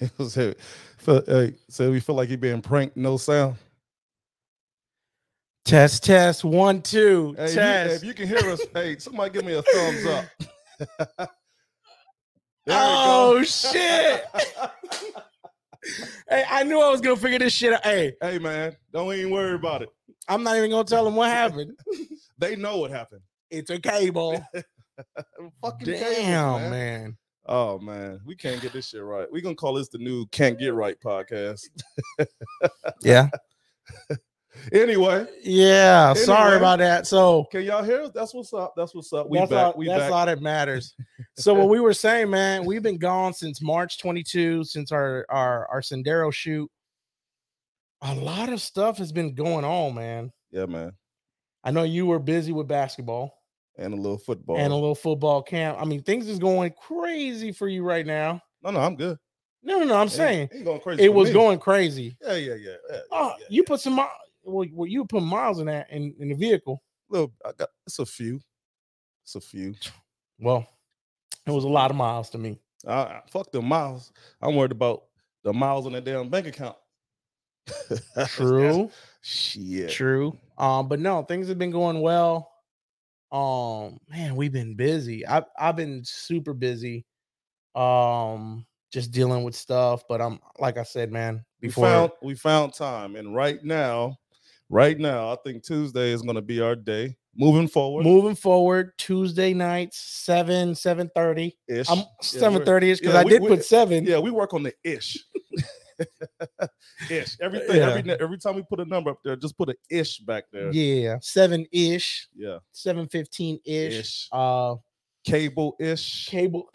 It was heavy. Felt, uh, so we feel like he being pranked, no sound. Test, test, one, two, Hey, if you- test. if you can hear us, hey, somebody give me a thumbs up. There we oh go. shit! hey, I knew I was gonna figure this shit out. Hey, hey man, don't even worry about it. I'm not even gonna tell them what happened. They know what happened. It's a cable. Fucking Damn, cables, man. Oh man, we can't get this shit right. We're gonna call this the new can't get right podcast. Yeah. Anyway, Yeah. Sorry Anyway. about that. So can y'all hear us? That's what's up. That's what's up. We that's, back. all, we that's back. all that matters. So what we were saying, man, we've been gone since March 22, since our our our Sendero shoot. A lot of stuff has been going on, man. yeah, man. I know you were busy with basketball. And a little football. and a little football camp. I mean, things is going crazy for you right now. no, no, I'm good. No, no, no. I'm Ain't- saying ain't going crazy it for was me. going crazy. Yeah, yeah, yeah. yeah, Oh, yeah, you put some mi- well, well, you put miles in that in, in the vehicle. little. I got. It's a few. It's a few. Well, it was a lot of miles to me. I, I- fuck the miles. I'm worried about the miles on the damn bank account. That's- True, Shit. true. Um, but no, things have been going well. Um, man, we've been busy. I've I've been super busy. Um, just dealing with stuff. But I'm like I said, man. Before we found we found time, and right now, right now, I think Tuesday is going to be our day. Moving forward, moving forward tuesday nights 7 7 30 ish. i'm Yeah, 7 we're- 30 ish because yeah, i we- did we- put 7 Yeah, we work on the ish. ish. Everything. Yeah. Every ne- every time we put a number up there, just put an ish back there. Yeah. yeah 7 ish 7 15 ish Ish. uh Cable ish. cable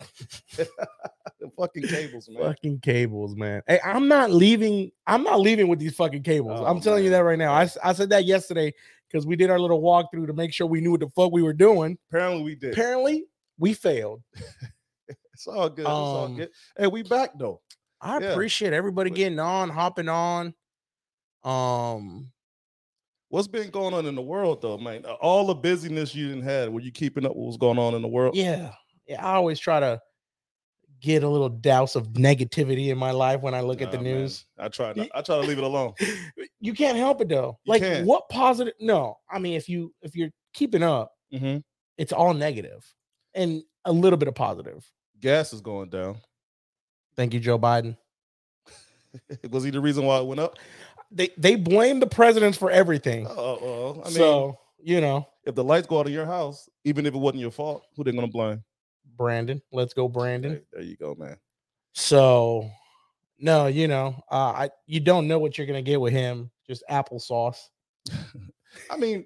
fucking cables, man. fucking cables man hey i'm not leaving i'm not leaving with these fucking cables Oh, i'm telling you man. that right now I, s- I said that yesterday because we did our little walkthrough to make sure we knew what the fuck we were doing Apparently we did. apparently we failed It's all good. it's all Um, good. Hey, we back though. i Yeah. appreciate everybody But- getting on hopping on um What's been going on in the world though, man? Uh, All the busyness you didn't had. Were you keeping up with what's going on in the world? yeah, yeah. I always try to get a little douse of negativity in my life when I look at the Nah, Oh, man. news. I try. Not, I try to leave it alone. you can't help it though. You like can't. what positive? No, I mean if you if you're keeping up, hmm it's all negative and a little bit of positive. Gas is going down. Thank you, Joe Biden. Was he the reason why it went up? They they blame the presidents for everything. Oh, well, I mean, Mm. so you know, if the lights go out of your house, even if it wasn't your fault, who they gonna blame? Brandon, let's go, Brandon. Hey, there you go, man. So no, you know, uh, I you don't know what you're gonna get with him. Just applesauce. I mean,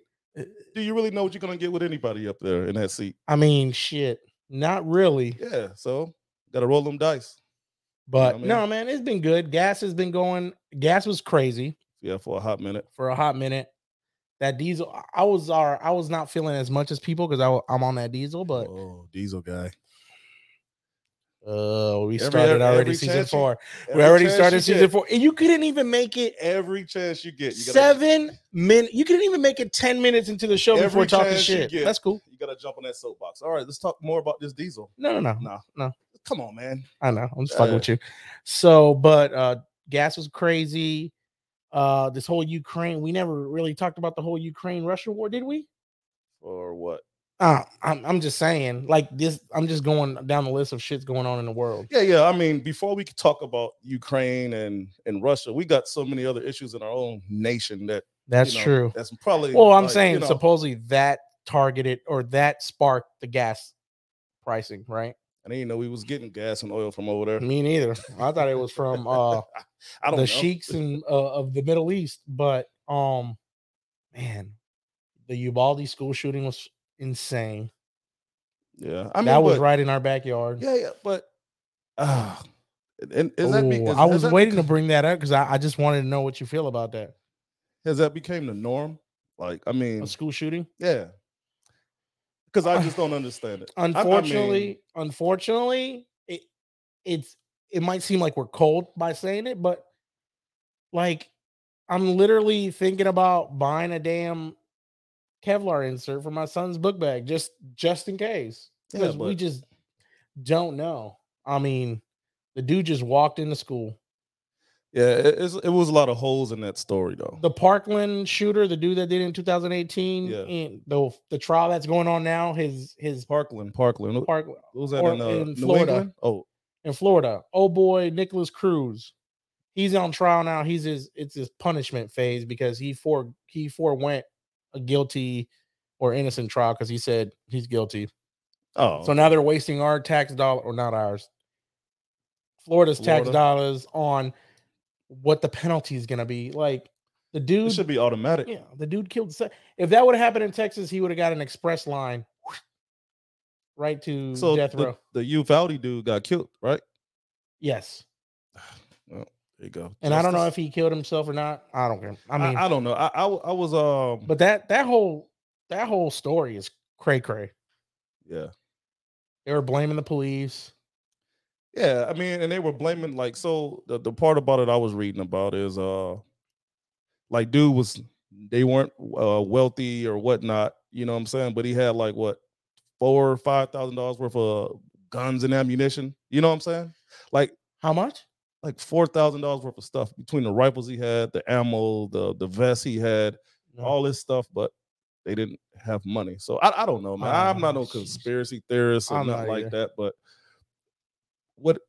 do you really know what you're gonna get with anybody up there in that seat? I mean, shit, not really. Yeah. So gotta roll them dice. But I mean? no, man, it's been good. Gas has been going. Gas was crazy Yeah, for a hot minute. for a hot minute. That diesel, I- I was are I was not feeling as much as people because I'm on that diesel. But oh, diesel guy. uh, Every- we e, started already every season chance you- four. We Every already chance started you season get, four, and you couldn't even make it Every chance you get, you gotta, seven minutes. You couldn't even make it ten minutes into the show Every before talking chance you shit. get. That's cool. You gotta jump on that soapbox. All right, let's talk more about this diesel. No, no, no, Nah, Mm-hmm. No. Come on, man. I know. I'm just fucking Yeah. with you. So, but uh gas was crazy. Uh this whole Ukraine, we never really talked about the whole Ukraine Russia war, did we? Or what? Uh I'm I'm just saying, like this, I'm just going down the list of shit's going on in the world. Yeah, yeah. I mean, before we could talk about Ukraine and and Russia, we got so many other issues in our own nation that you That's know, true. That's probably. Well, I'm like, saying you know, supposedly that targeted or that sparked the gas pricing, right? I didn't know we was getting gas and oil from over there. Me neither. I thought it was from uh I don't the know. sheiks and uh, of the Middle East. But um, man, the Uvalde school shooting was insane. Yeah, I mean, that was but- right in our backyard. Yeah, yeah, but ah, and is that? Be, Ooh, is- I has was that waiting to become- bring that up because I, I just wanted to know what you feel about that. Has that became the norm? Like, I mean, A school shooting. yeah. Because I just don't understand it. I- I mean, Unfortunately, unfortunately, it it's it might seem like we're cold by saying it, but like I'm literally thinking about buying a damn Kevlar insert for my son's book bag just just in case. Yeah, Because we but- just don't know. I mean, The dude just walked into school. Yeah, it, it's- it was a lot of holes in that story though. The Parkland shooter, the dude that did it in 2018, Yeah. and the the trial that's going on now, his his Parkland, Parkland. What Park was that or in, uh, in New Florida. England? Oh, in Florida. Oh boy, Nicholas Cruz. He's on trial now. He's his it's his punishment phase because he for he forewent a guilty or innocent trial because he said he's guilty. oh. So now they're wasting our tax dollar or not ours, Florida's tax Florida. dollars on what the penalty is going to be. Like the it dude, should be automatic. yeah, the dude killed. se- If that would have happened in Texas, he would have got an express line right to So death the, row. the Uvalde dude got killed, right? Yes, There you go. and I don't know if Justice. he killed himself or not. I don't care. I mean, I, don't know. I, I w- I was um, but that that whole that whole story is cray cray. yeah, They were blaming the police. yeah. I mean, and they were blaming like so. The, the part about it I was reading about is uh, like dude was they weren't uh wealthy or whatnot. You know what I'm saying? But he had like what four or five thousand dollars worth of guns and ammunition. You know what I'm saying? Like How much? like four thousand dollars worth of stuff between the rifles he had, the ammo, the the vest he had, No. all this stuff, but they didn't have money. So I, I don't know, man. I'm not Oh, no jeez. conspiracy theorist or I'm not not like either. that, but what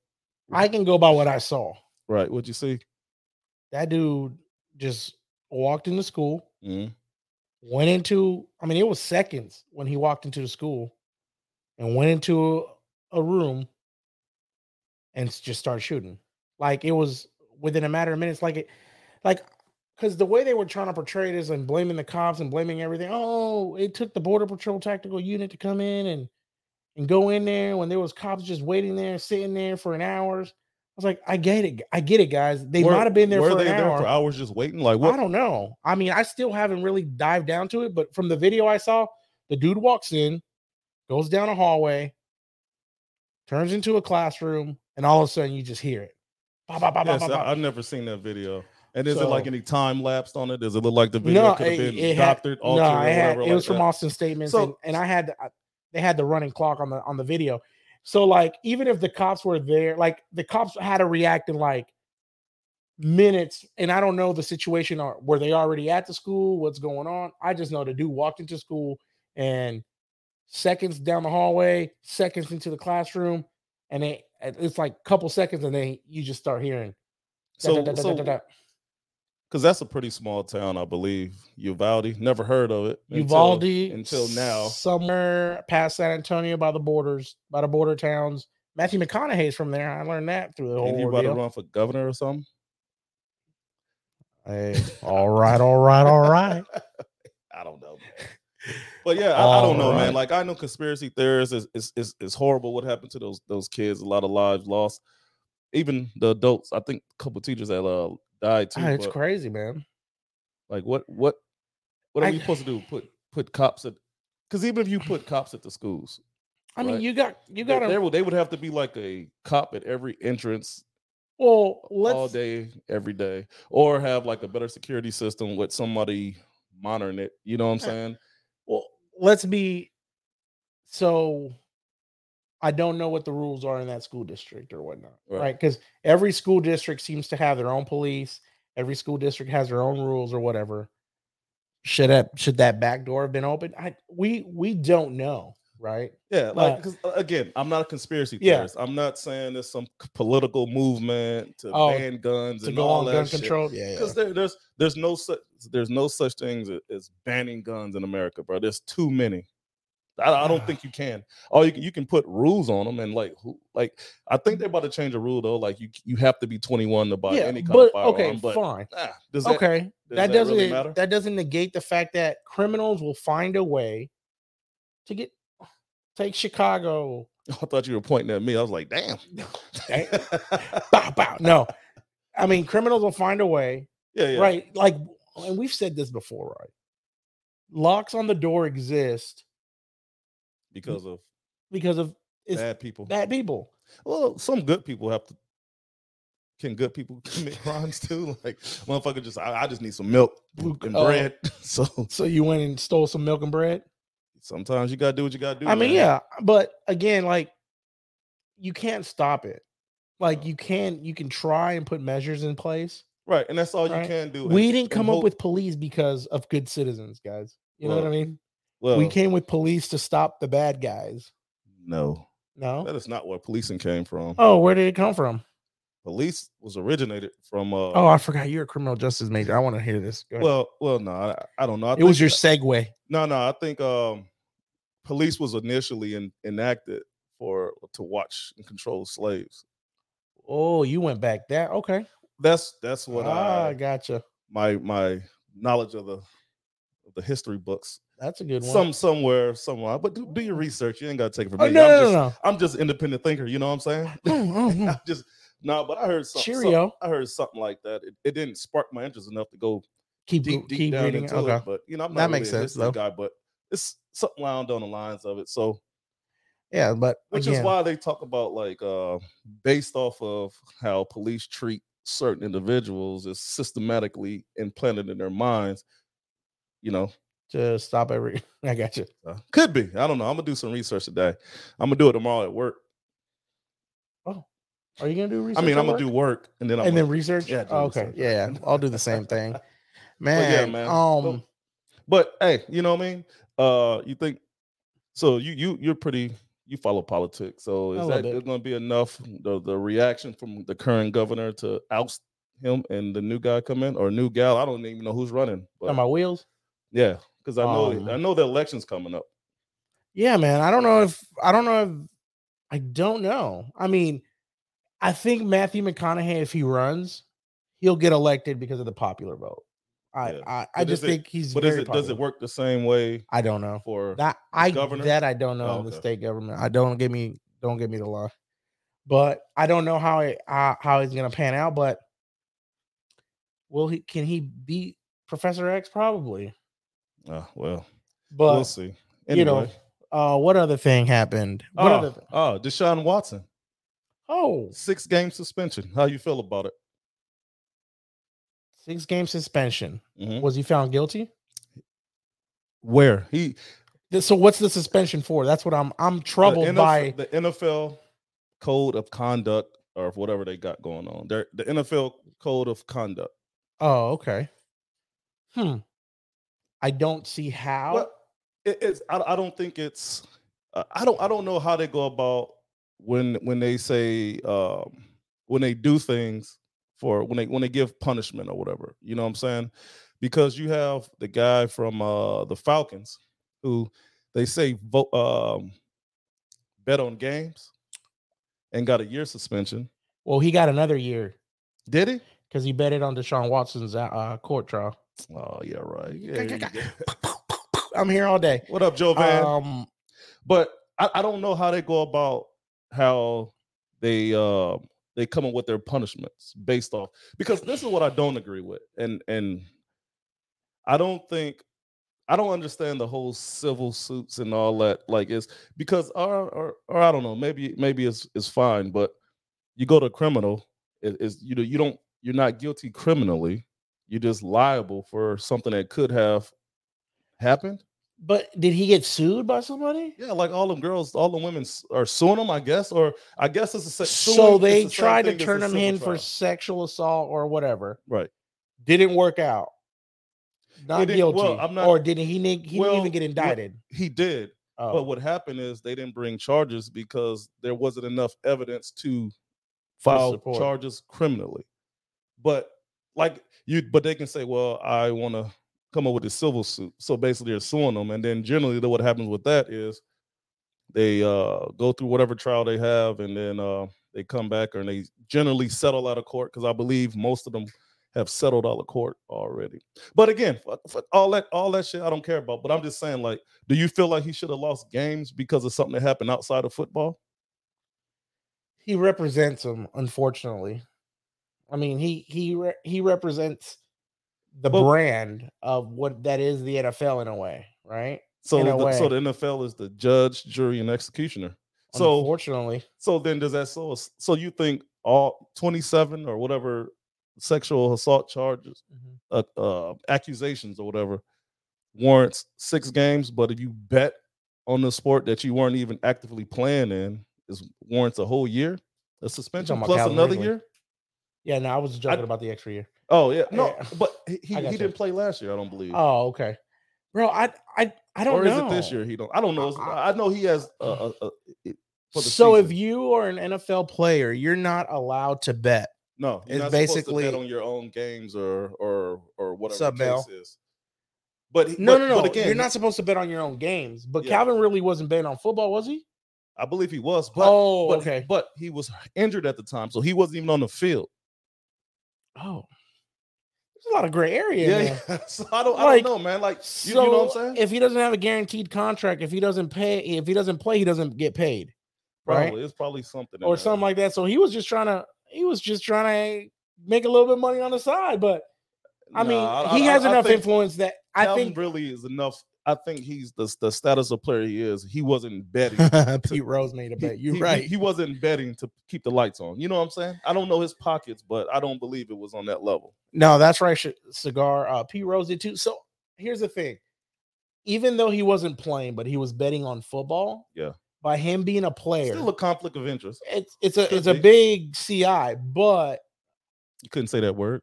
I can go by what I saw. right, what you see? that dude just walked into school, Mhm. went into, I mean, it was seconds when he walked into the school and went into a, a room and s- just started shooting. Like it was within a matter of minutes, like it, like, because the way they were trying to portray it is and blaming the cops and blaming everything. Oh, it took the border patrol tactical unit to come in and and go in there when there was cops just waiting there, sitting there for an hours. I was like, I get it, I get it, guys. They Were- might have been there were for they an there hour. for hours just waiting? Like I what don't know. I mean, I still haven't really dived down to it, but from the video I saw, the dude walks in, goes down a hallway, turns into a classroom, and all of a sudden you just hear it. Bah, bah, bah, bah, Yes, bah, I, bah. have never seen that video. And is it like So- any time lapsed on it? Does it look like the video No, could have it- been it had- doctored, no, altered, or I had, whatever? it like was from that? Austin statements, So- and, and I had the, I- they had the running clock on the on the video. So like, even if the cops were there, like the cops had to react in like minutes, and I don't know the situation or were they already at the school, what's going on. I just know the dude walked into school and seconds down the hallway, seconds into the classroom, and it it's like a couple seconds, and then you just start hearing. da- da- so, da- da- so da- da. Because that's a pretty small town, I believe. Uvalde. Never heard of it. until- Uvalde until now. somewhere past San Antonio by the borders, by the border towns. Matthew McConaughey's from there. I learned that through the And he whole about to deal. run for governor or something. Hey, all right, all right, all right. I don't know. man. But yeah, I, I don't know, man. Alright. Like I know conspiracy theorists is is, is is horrible what happened to those those kids, a lot of lives lost. Even the adults, I think a couple teachers that uh died too. Ah, it's but, crazy, man. like what what what are I- we supposed to do? Put put cops at because even if you put cops at the schools, I mean, Right. you got they- you got they to would they would have to be like a cop at every entrance well, all let's day, every day, or have like a better security system with somebody monitoring it. You know what I'm Yeah. saying? well, let's be so I don't know what the rules are in that school district or whatnot, Right. right? Because every school district seems to have their own police. Every school district has their own rules or whatever. Should that should that back door have been open? I we we don't know, right? Yeah, like But- 'cause, uh, again, I'm not a conspiracy Yeah. theorist. I'm not saying there's some c- political movement to Oh, ban guns To and go all on that gun shit. control, yeah, yeah. Because there, there's there's no such there's no such things a- as banning guns in America, bro. There's too many. I, I don't think you can. Oh, you can, you can put rules on them and like who like I think they're about to change a rule though. Like you you have to be 21 to buy Yeah, any kind but of firearm. okay, but fine. nah, does that, Okay, does that, that doesn't really matter? that doesn't negate the fact that criminals will find a way to get take Chicago, I thought you were pointing at me. I was like, damn. Dang. bow, bow. No, I mean criminals will find a way, yeah, yeah. right? Like, and we've said this before, right? Locks on the door exist Because of because of It's bad people. bad people. Well, some good people have to. Can good people commit crimes too? Like motherfucker, just I, I just need some milk Who- and oh. bread. So So you went and stole some milk and bread. sometimes you gotta do what you gotta do. I mean, man. yeah, but again, like you can't stop it. Like you can you can try and put measures in place. Right, and that's all you Right. can do. we and- didn't and come up hope- with police because of good citizens, guys. You know what I Well, mean? well, we came with police to stop the bad guys. No, No. that is not where policing came from. Oh, where did it come from? Police was originated from. Uh, Oh, I forgot you're a criminal justice major. I want to hear this. Go ahead. well, well, no, I, I don't know. I it was think- uh, your segue. No, no, I think um, police was initially en- enacted for to watch and control slaves. Oh, you went back that okay. That's that's what ah, I gotcha. my my knowledge of the of the history books. That's a good one. Some somewhere somewhere, but do, do your research. You ain't gotta take it from oh, me. no, I'm no, just no, I'm just independent thinker. You know what I'm saying? no. Mm, mm, mm. I'm just no, but I heard some, some- Cheerio. I heard something like that. It, it didn't spark my interest enough to go Keep deep, deep keep down reading. into Okay. it. But you know, I'm That not makes really a sense, history though. guy, but it's something around on the lines of it. So Yeah, but which again, is why they talk about like uh based off of how police treat certain individuals is systematically implanted in their minds you know to stop every. I got you. uh, could be i don't know i'm gonna do some research today i'm gonna do it tomorrow at work Are you gonna do research? i mean at i'm gonna work? do work and then i'm and gonna- then research. Yeah, do Oh, okay, research. yeah, I'll do the same thing, But yeah, man. man. Oh, Well, Um, but hey you know what i mean uh you think so you you you're pretty you follow politics so A is little that bit. going to be enough the, the reaction from the current governor to oust him and the new guy come in or new gal i don't even know who's running but on my wheels. Yeah, because I know it- I Um, know the election's coming up. Yeah, man. I don't know if I don't know if I don't know. I mean, I think Matthew McConaughey, if he runs, he'll get elected because of the popular vote. I Yeah. I, I But just is it- think he's But is very it does it popular. work the same way I don't know. for That I governor? that I don't know Oh, in the okay. state government. I don't give me don't give me the law, but I don't know how it how, how he's gonna pan out. But will he? Can he beat Professor X? Probably. uh, well But we'll see. Anyway. you know, uh, what other thing happened? What oh, other? thi- oh, Deshaun Watson, oh, six game suspension. How you feel about it? six game suspension. Mhm. Was he found guilty? Where he the Th- So what's the suspension for? That's what I'm I'm troubled NF by. the NFL code of conduct or whatever they got going on. They're, the NFL code of conduct. Oh, okay. Hmm. I don't see how. Well, it, it's I, I don't think it's uh, I don't I don't know how they go about when when they say um, when they do things for when they when they give punishment or whatever you know what I'm saying because you have the guy from uh, the Falcons who they say vote um, bet on games and got a year suspension Well, he got another year did he because he betted on Deshaun Watson's uh, uh, court trial. oh yeah right Yeah, Yeah, yeah, you yeah. did. I'm here all day. what up Joe Van Um, but I, I don't know how they go about how they uh, they come up with their punishments based off because this is what I don't agree with, and and I don't think I don't understand the whole civil suits and all that. Like is because or, or or I don't know maybe maybe it's it's fine, but you go to criminal it- it's you know you don't you're not guilty criminally, you're just liable for something that could have happened. but did he get sued by somebody? Yeah, like all them girls, all the women s- are suing them, I guess, or I guess it's a se- suing So is they the same tried to thing as a turn him civil in for trial. sexual assault or whatever. right. Didn't work out. Not didn't- well, guilty. I'm not- or did he? He didn't Well, even get what- indicted. He did, Oh. but what happened is they didn't bring charges because there wasn't enough evidence to file support. charges criminally. But like you, but they can say, "Well, I want to come up with a civil suit," so basically they're suing them, and then generally the- what happens with that is they uh, go through whatever trial they have, and then uh, they come back and they generally settle out of court because I believe most of them have settled out of court already. But again, fuck- fuck all that all that shit I don't care about. But I'm just saying, like, do you feel like he should have lost games because of something that happened outside of football? he represents him unfortunately i mean he he re- he represents the Well- brand of what that is the nfl in a way right So, In a the, way. so the NFL is the judge, jury, and executioner. So, unfortunately so then does that so so you think all 27 or whatever sexual assault charges, uh, uh, accusations or whatever warrants six games, but if you bet on the sport that you weren't even actively playing in, is warrants a whole year? A suspension about plus Calvin another Ridley. year. Yeah, no, I was joking about the extra year. Oh yeah, no, Yeah. but he, he, I got he you. didn't play last year. I don't believe. Oh, okay, bro. I I I don't or is know. it this year? He don't. I don't know. It's- I- I, know he has. A, a, a, it- for the So if season. you are an NFL player, you're not allowed to bet. no, it's you're not supposed to basically- bet on your own games or or or whatever Sub the mail. case is. But he- No, but- no, no. But again, you're not supposed to bet on your own games. But Yeah. Calvin really wasn't betting on football, was he? I believe he was, but oh, but, okay. but he was injured at the time, so he wasn't even on the field. Oh, there's a lot of gray area. Yeah, in there. yeah. so I don't, I Like, don't know, man. Like, you, So you know what I'm saying? if he doesn't have a guaranteed contract, if he doesn't pay, if he doesn't play, he doesn't get paid, right? probably it's probably something in Or there. something like that. So he was just trying to, he was just trying to make a little bit of money on the side. But I Nah, mean, I- he I- has I enough think influence that I Calvin think really is enough. I think he's the the status of player he is. He wasn't betting. Pete Rose made a He- bet. You're he- right. He, wasn't betting to keep the lights on. You know what I'm saying? I don't know his pockets, but I don't believe it was on that level. No, that's right. Sh- Cigar. Uh, Pete Rose did too. So here's the thing: even though he wasn't playing, but he was betting on football. Yeah. By him being a player, Still a conflict of interest. it's it's a could it's a be. big CI. But You couldn't say that word.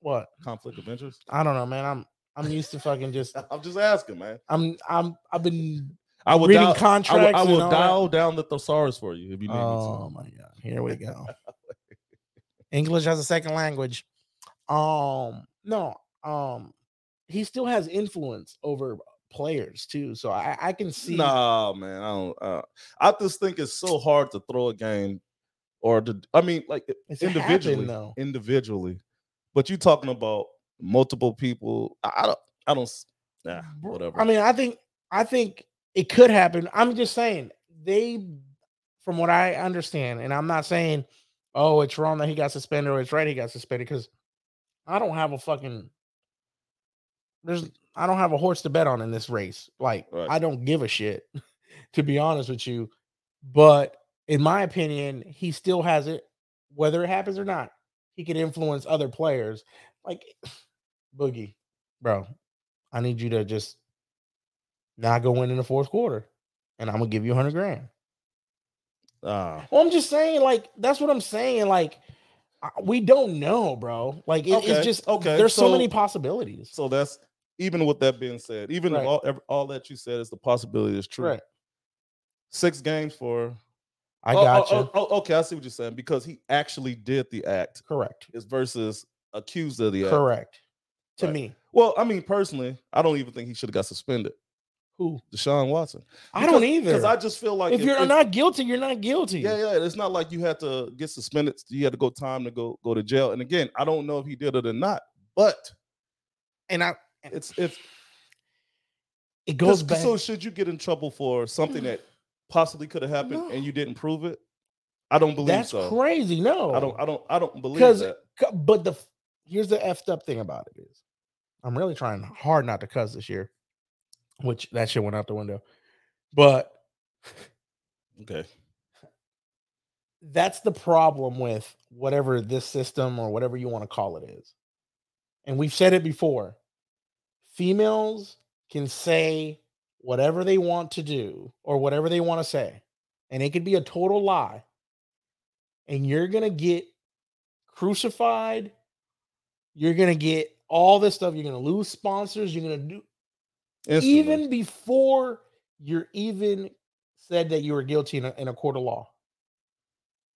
what? Conflict of interest. I don't know, man. I'm I'm used to fucking just I'm just asking, man. I'm I'm I've been I would reading dial, I will, contracts. I will and all that. dial down the thesaurus for you if you need Oh me my god! Here we go. English as a second language. Um, no, um, he still has influence over players too, so I, I can to. see. Nah, man. I don't. Uh, I just think it's so hard to throw a game, or to. I mean, like it's individually, happened, though. individually. But you talking about multiple people? I, I don't. I don't. s- Nah, Bro, whatever. I mean, I think I think it could happen. I'm just saying they, from what I understand, and I'm not saying, oh, it's wrong that he got suspended or it's right he got suspended because I don't have a fucking there's I don't have a horse to bet on in this race. Like Right. I don't give a shit, to be honest with you. But in my opinion, he still has it, whether it happens or not. He could influence other players. Like Boogie, bro, I need you to just not go in in the fourth quarter, and I'm gonna give you hundred grand. Ah. Well, I'm just saying, like that's what I'm saying. Like I- we don't know, bro. Like it- Okay, it's just okay, There's so, so- many possibilities. So that's even with that being said, even if Right. all ev- all that you said is the possibility is true. Right. Six games for. I Oh, oh, got you. oh, oh, okay, I see what you're saying because he actually did the act Correct. is versus accused of the act. Correct. To Right. me, Well, I mean, personally, I don't even think he should have got suspended. who Deshaun Watson. I don't Because either. I just feel like if you're it's- not guilty, you're not guilty. Yeah, yeah. It's not like you had to get suspended. You had to go time to go go to jail. And again, I don't know if he did it or not, but And I, it's it's it 'Cause- goes back. Mm. So should you get in trouble for something that possibly could have happened and you didn't prove it? I don't believe That's so. crazy. No, I don't. I don't. I don't believe 'Cause- that. C- but the f- here's the effed up thing about it is I'm really trying hard not to cuss this year, which that shit went out the window. But Okay. that's the problem with whatever this system or whatever you want to call it is. And we've said it before. Females can say whatever they want to do or whatever they want to say. And it could be a total lie. And you're going to get crucified. You're going to get all this stuff. You're going to lose sponsors. You're going to do Instantly. even before you're even said that you were guilty in a, in a court of law.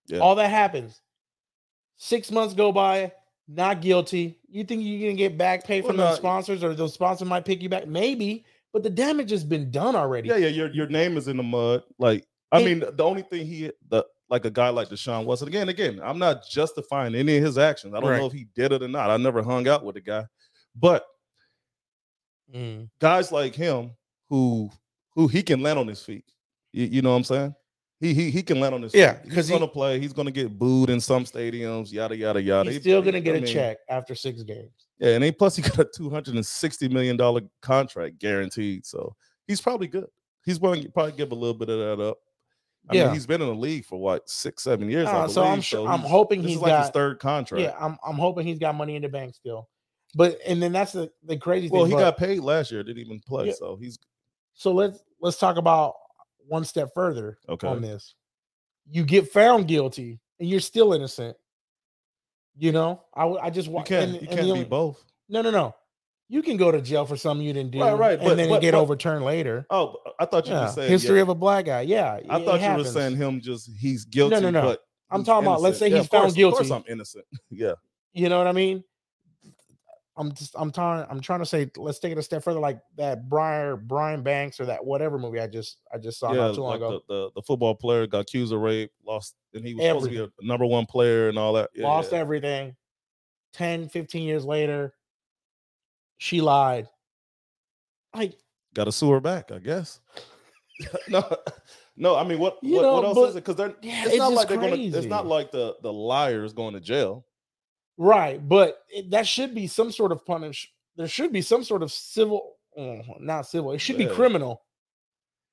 Yeah. All that happens. Six months go by, not guilty. You think you're gonna get back pay Well, from those no. sponsors, or those sponsors might pick you back? Maybe, but the damage has been done already. Yeah, yeah. Your your name is in the mud. Like I It- mean, the only thing he the like a guy like Deshaun Watson. Again, again. I'm not justifying any of his actions. I don't Right. know if he did it or not. I never hung out with the guy, but Mm. guys like him who who he can land on his feet. You, you know what I'm saying? He he he can land on his Yeah, feet. 'cause he's he- gonna play. He's gonna get booed in some stadiums. Yada yada yada. He's He- still he- gonna get I a mean, check after six games. Yeah, and then plus he got a 260 million dollar contract guaranteed. So he's probably good. He's going to probably give a little bit of that up. I Yeah. mean, he's been in the league for what six, seven years. I Uh, so I'm believe, sure. I'm he's- hoping This he's is like got. his third contract. yeah, I'm. I'm hoping he's got money in the bank still. But and then that's the the crazy thing. Well, he but- got paid last year. Didn't even play. Yeah. So he's So let's let's talk about one step further okay. on this. You get found guilty and you're still innocent. You know, I w- I just You wa- can't, and- you and the can't be only- both. No, no, no. You can go to jail for something you didn't do, Right, right, And but- then it but- get but- overturned later. Oh, I thought you Yeah. were saying History yeah. of a black guy. Yeah, I it thought you were happens. saying him just he's guilty. no, no. But I'm he's talking about, let's innocent. say Yeah, he's of course- found Of guilty. course, I'm innocent. yeah, You know what I mean? I'm just I'm trying I'm trying to say let's take it a step further, like that Briar Brian Banks or that whatever movie I just I just saw yeah. not too long like ago. the, the the football player got accused of rape, lost, and he was supposed Everything. to be a number one player and all that. Yeah, lost yeah. everything 10 15 years later she lied like Got to sue her back, I guess. no, no. I mean, what You what, what know, else but- is it? Because they're yeah, it's, it's not just like they're gonna. It's crazy. not like the the liar is going to jail. right but it, that should be some sort of punish there should be some sort of civil oh, not civil it should Yeah. be criminal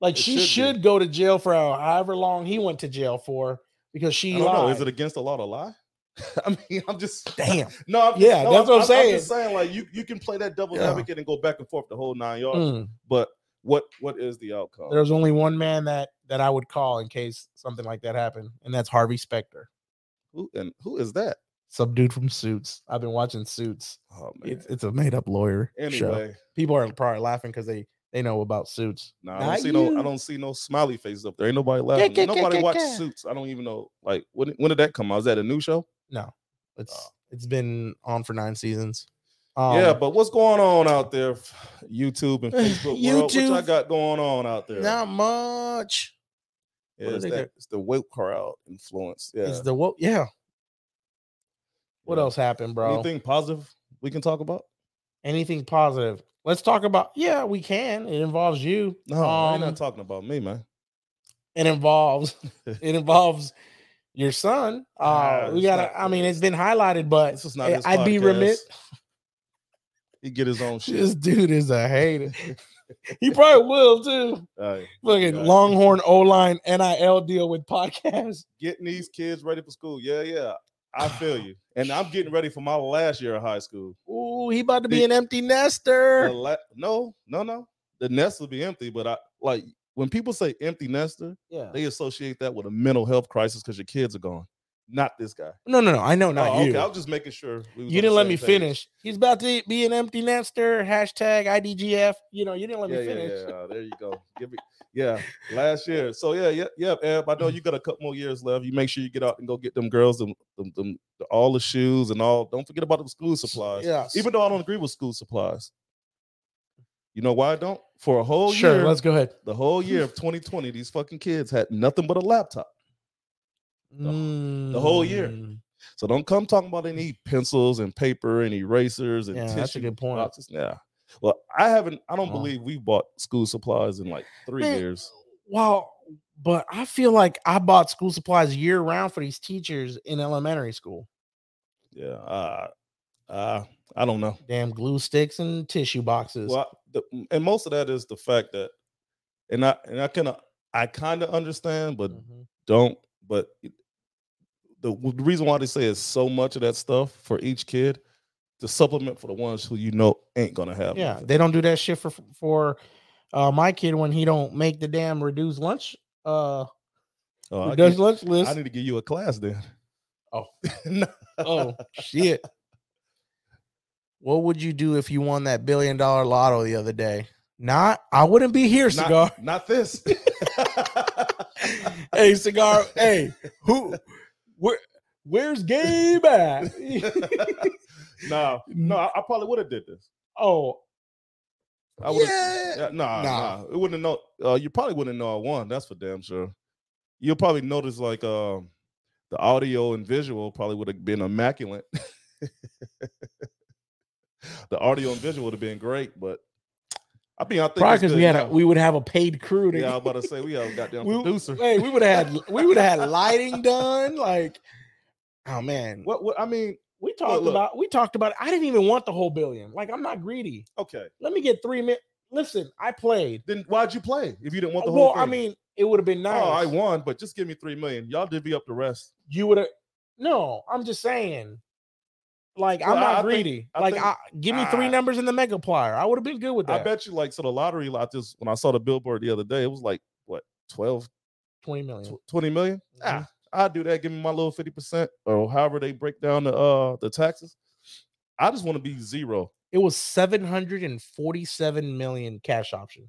like It should she be. should, go to jail for however long he went to jail for because she I don't know. lied Is it against the law to lie? I mean, I'm just damn no. I'm just- Yeah, no, that's what I'm just saying like you you can play that devil's Yeah. advocate and go back and forth the whole nine yards. Mm. But what what is the outcome? there's only one man that that i would call in case something like that happened and that's harvey specter Who and who is that? some dude from suits i've been watching suits Oh man. it's, it's a made-up lawyer show. anyway, people are probably laughing because they they know about suits. nah, I don't Not see no I you. don't see no smiley faces up there. Ain't nobody laughing. yeah, yeah, nobody yeah, watched yeah. Suits. I don't even know. Like when when did that come out? Is that a new show? No, it's Oh. it's been on for nine seasons. Um, yeah, but what's going on out there? YouTube and Facebook world. What I YouTube. got going on out there? not much. Yeah, what do it's, they that, do? it's the woke crowd influence. Yeah. Is the what? Yeah. What Yeah. else happened, bro? Anything, Anything positive we can talk about? positive? Let's talk about. Yeah, we can. It involves you. No, um, you're not talking about me, man. it involves it involves your son. Uh, Nah, we it's gotta. not- I mean, it's been highlighted, but This is not I- his I'd be remit. podcast. He get his own shit. This dude is a hater. he probably will too. All right. Fucking Yeah. Longhorn O line NIL deal with podcast. getting these kids ready for school. Yeah, yeah. I feel you. And I'm getting ready for my last year of high school. Ooh, he about to be The- an empty The nester. la- no, no, no. The nest will be empty, but I like when people say empty nester, Yeah. they associate that with a mental health crisis because your kids are gone. Not this guy. No, no, no. I know not Oh, you. Okay, I was just making sure. we was you on the didn't let same me page. finish. He's about to be an empty nester. Hashtag IDGF. You know, you didn't let Yeah, me yeah, finish. yeah. There you go. Give me, yeah. Last year. So yeah, yeah, yeah. Eb, I know you got a couple more years left. You make sure you get out and go get them girls, them, them, them all the shoes and all. Don't forget about them school supplies. Yeah. Uh, even though I don't agree with school supplies. You know why I don't? For a whole sure, year, let's go ahead. the whole year of 2020, these fucking kids had nothing but a laptop. the whole year. Mm, So don't come talking about any pencils and paper and erasers and Yeah, tissue that's a good point. boxes. Yeah. Well, I haven't. I don't Wow. believe we bought school supplies in like three Man, oh. years. Wow. But I feel like I bought school supplies year round for these teachers in elementary school. Yeah. Uh, uh, I don't know. Damn glue sticks and tissue boxes. Well, I- the, and most of that is the fact that, and I and I can I kind of understand, but Mhm. don't but it- the, w- the reason why they say it's so much of that stuff for each kid to supplement for the ones who you know ain't gonna have Yeah, nothing. they don't do that shit for for uh, my kid when he don't make the damn reduced lunch uh Oh, I, reduced get- lunch I list. need to give you a class then Oh. No. oh shit! What would you do if you won that billion dollar lotto the other day? Not, I wouldn't be here, cigar. not, not this hey, cigar. Hey, who? Where? Where's Gabe at? no no I, I probably would have did this oh, i would Yeah. have nah, nah Nah. it wouldn't know uh, you probably wouldn't know i won that's for damn sure you'll probably notice like um the audio and visual probably would have been immaculate the audio and visual would have been great, but I mean, I think probably it's because good we had a now. we would have a paid crew. To, yeah, I was about to say we have a goddamn We- producer. Hey, we would have had we would have had lighting done. Like, oh man, What, what I mean, we talked look. about we talked about. it. I didn't even want the whole billion. Like, I'm not greedy. okay, Let me get three minutes. Listen, I played. then why'd you play if you didn't want the Uh, Well, whole I thing? mean, it would have been nice. oh, I won, but just give me three million. Y'all divvy up the rest. you would have. No, I'm just saying. Like, Well, I'm not I- I think- greedy. I like, think- I, give me three Ah. numbers in the mega plier. I would have been good with that. I bet you, like, so the lottery lot just when I saw the billboard the other day, it was like what 12, 20 million. tw- 20 million? Mhm. Ah, I do that. Give me my little fifty percent or however they break down the uh the taxes. I just want to be zero It was 747 million cash option.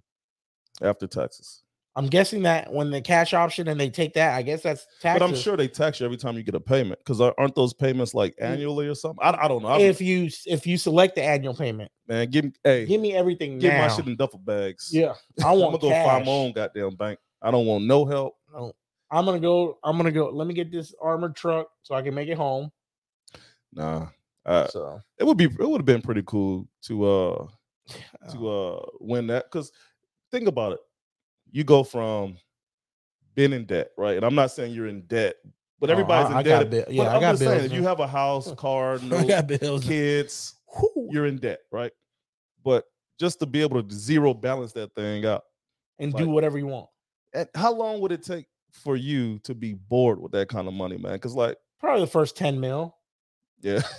after taxes. I'm guessing that when the cash option and they take that, I guess that's taxes. But I'm sure they tax you every time you get a payment because aren't those payments like annually or something? I, I don't know. I if you if you select the annual payment, man, give me hey, give me everything give now. my shit in duffel bags. yeah, I want I'm gonna go find my own goddamn bank. I don't want no help. No, I'm gonna go. I'm gonna go. Let me get this armored truck so I can make it home. Nah. Uh, so it would be it would have been pretty cool to uh uh, to uh win that because think about it you go from being in debt right and i'm not saying you're in debt but Oh, everybody's I- in I debt got bill- but yeah, I i'm got just saying bills, if man. you have a house car I no got bills. kids Whew. you're in debt right but just to be able to zero balance that thing out and like- do whatever you want. and how long would it take for you to be bored with that kind of money man because like Probably the first ten mil. yeah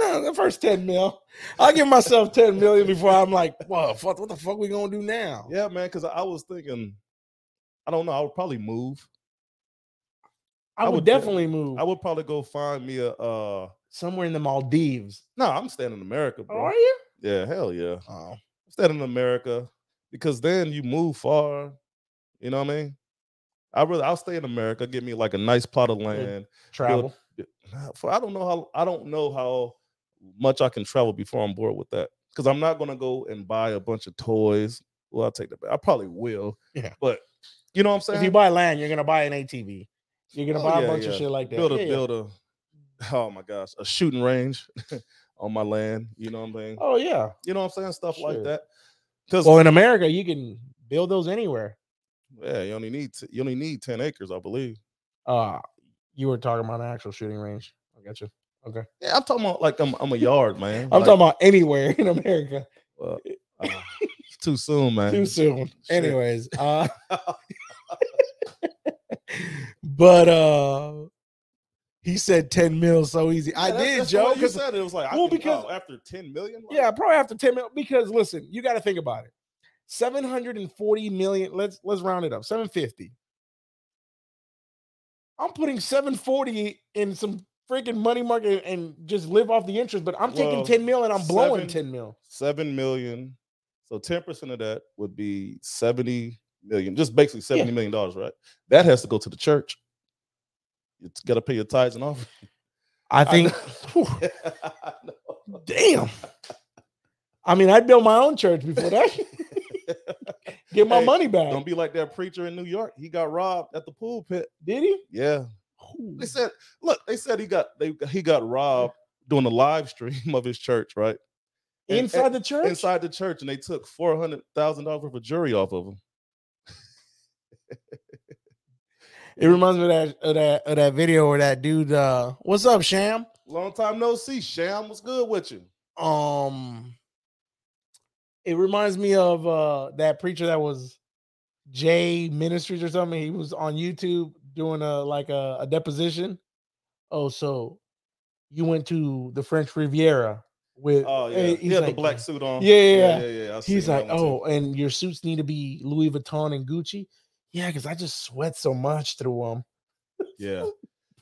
No, the first ten mil. I'll give myself ten million before I'm like, whoa, fuck, what the fuck we gonna do now? yeah man because i was thinking i don't know i would probably move I, I would would def- definitely move I would probably go find me a uh somewhere in the Maldives. no, I'm staying in America, Oh, bro. are you? Yeah, hell yeah. Oh, I'm staying in America because then you move far. You know what I mean? I really I'll stay in America, get me like a nice plot of Mm-hmm. land. travel. For I don't know how I don't know how much I can travel before I'm bored with that. Because I'm not gonna go and buy a bunch of toys. Well, I'll take that back. I probably will. Yeah. But you know what I'm saying? If you buy land, you're gonna buy an ATV. You're gonna Oh, buy a yeah, bunch of yeah. shit like that. build a Yeah, yeah. build a oh my gosh, a shooting range on my land. You know what I'm saying? Oh yeah. You know what I'm saying? Stuff Sure. like that. Because Well, in America, you can build those anywhere. yeah, you only need t- you only need ten acres, I believe. Uh you were talking about an actual shooting range. I got you. Okay. Yeah, I'm talking about like I'm I'm a yard man. I'm talking about anywhere in America. about too soon, man. Too soon. Shit. Anyways, uh but uh he said 10 mil so easy. I Yeah, that's- did, that's the Joe. way You 'cause- said it. It was like well, I can, because- wow, after ten million. Like, yeah, probably after 10 mil. Because listen, you gotta think about it. 740 million. Let's let's round it up. 750. I'm putting 740 in some freaking money market and just live off the interest, but I'm taking Well, 10 mil and I'm blowing seven- 10 mil. seven million. So ten percent of that would be seventy million. Just basically seventy million dollars, right? That has to go to the church. It's got to pay your tithes and offering. I think- Whew, damn. I mean, I'd build my own church before that. Get my Hey, money back. Don't be like that preacher in New York. He got robbed at the pool pit. Did he? Yeah. Whew. They said, look, they said he got they he got robbed doing a live stream of his church, right? and- Inside the church? Inside the church, and they took four hundred thousand dollars worth of jewelry off of him. It reminds me of that of that of that video where that dude uh what's up, Sham? Long time no see, Sham. What's good with you? Um it reminds me of uh that preacher that was J Ministries or something. He was on YouTube doing a like a, a deposition. Oh, so you went to the French Riviera with Oh yeah, and he he's had like, the black suit on. Yeah, yeah, yeah. yeah. yeah, I He's seen that like, one too. oh, and your suits need to be Louis Vuitton and Gucci. Yeah, because I just sweat so much through them. yeah,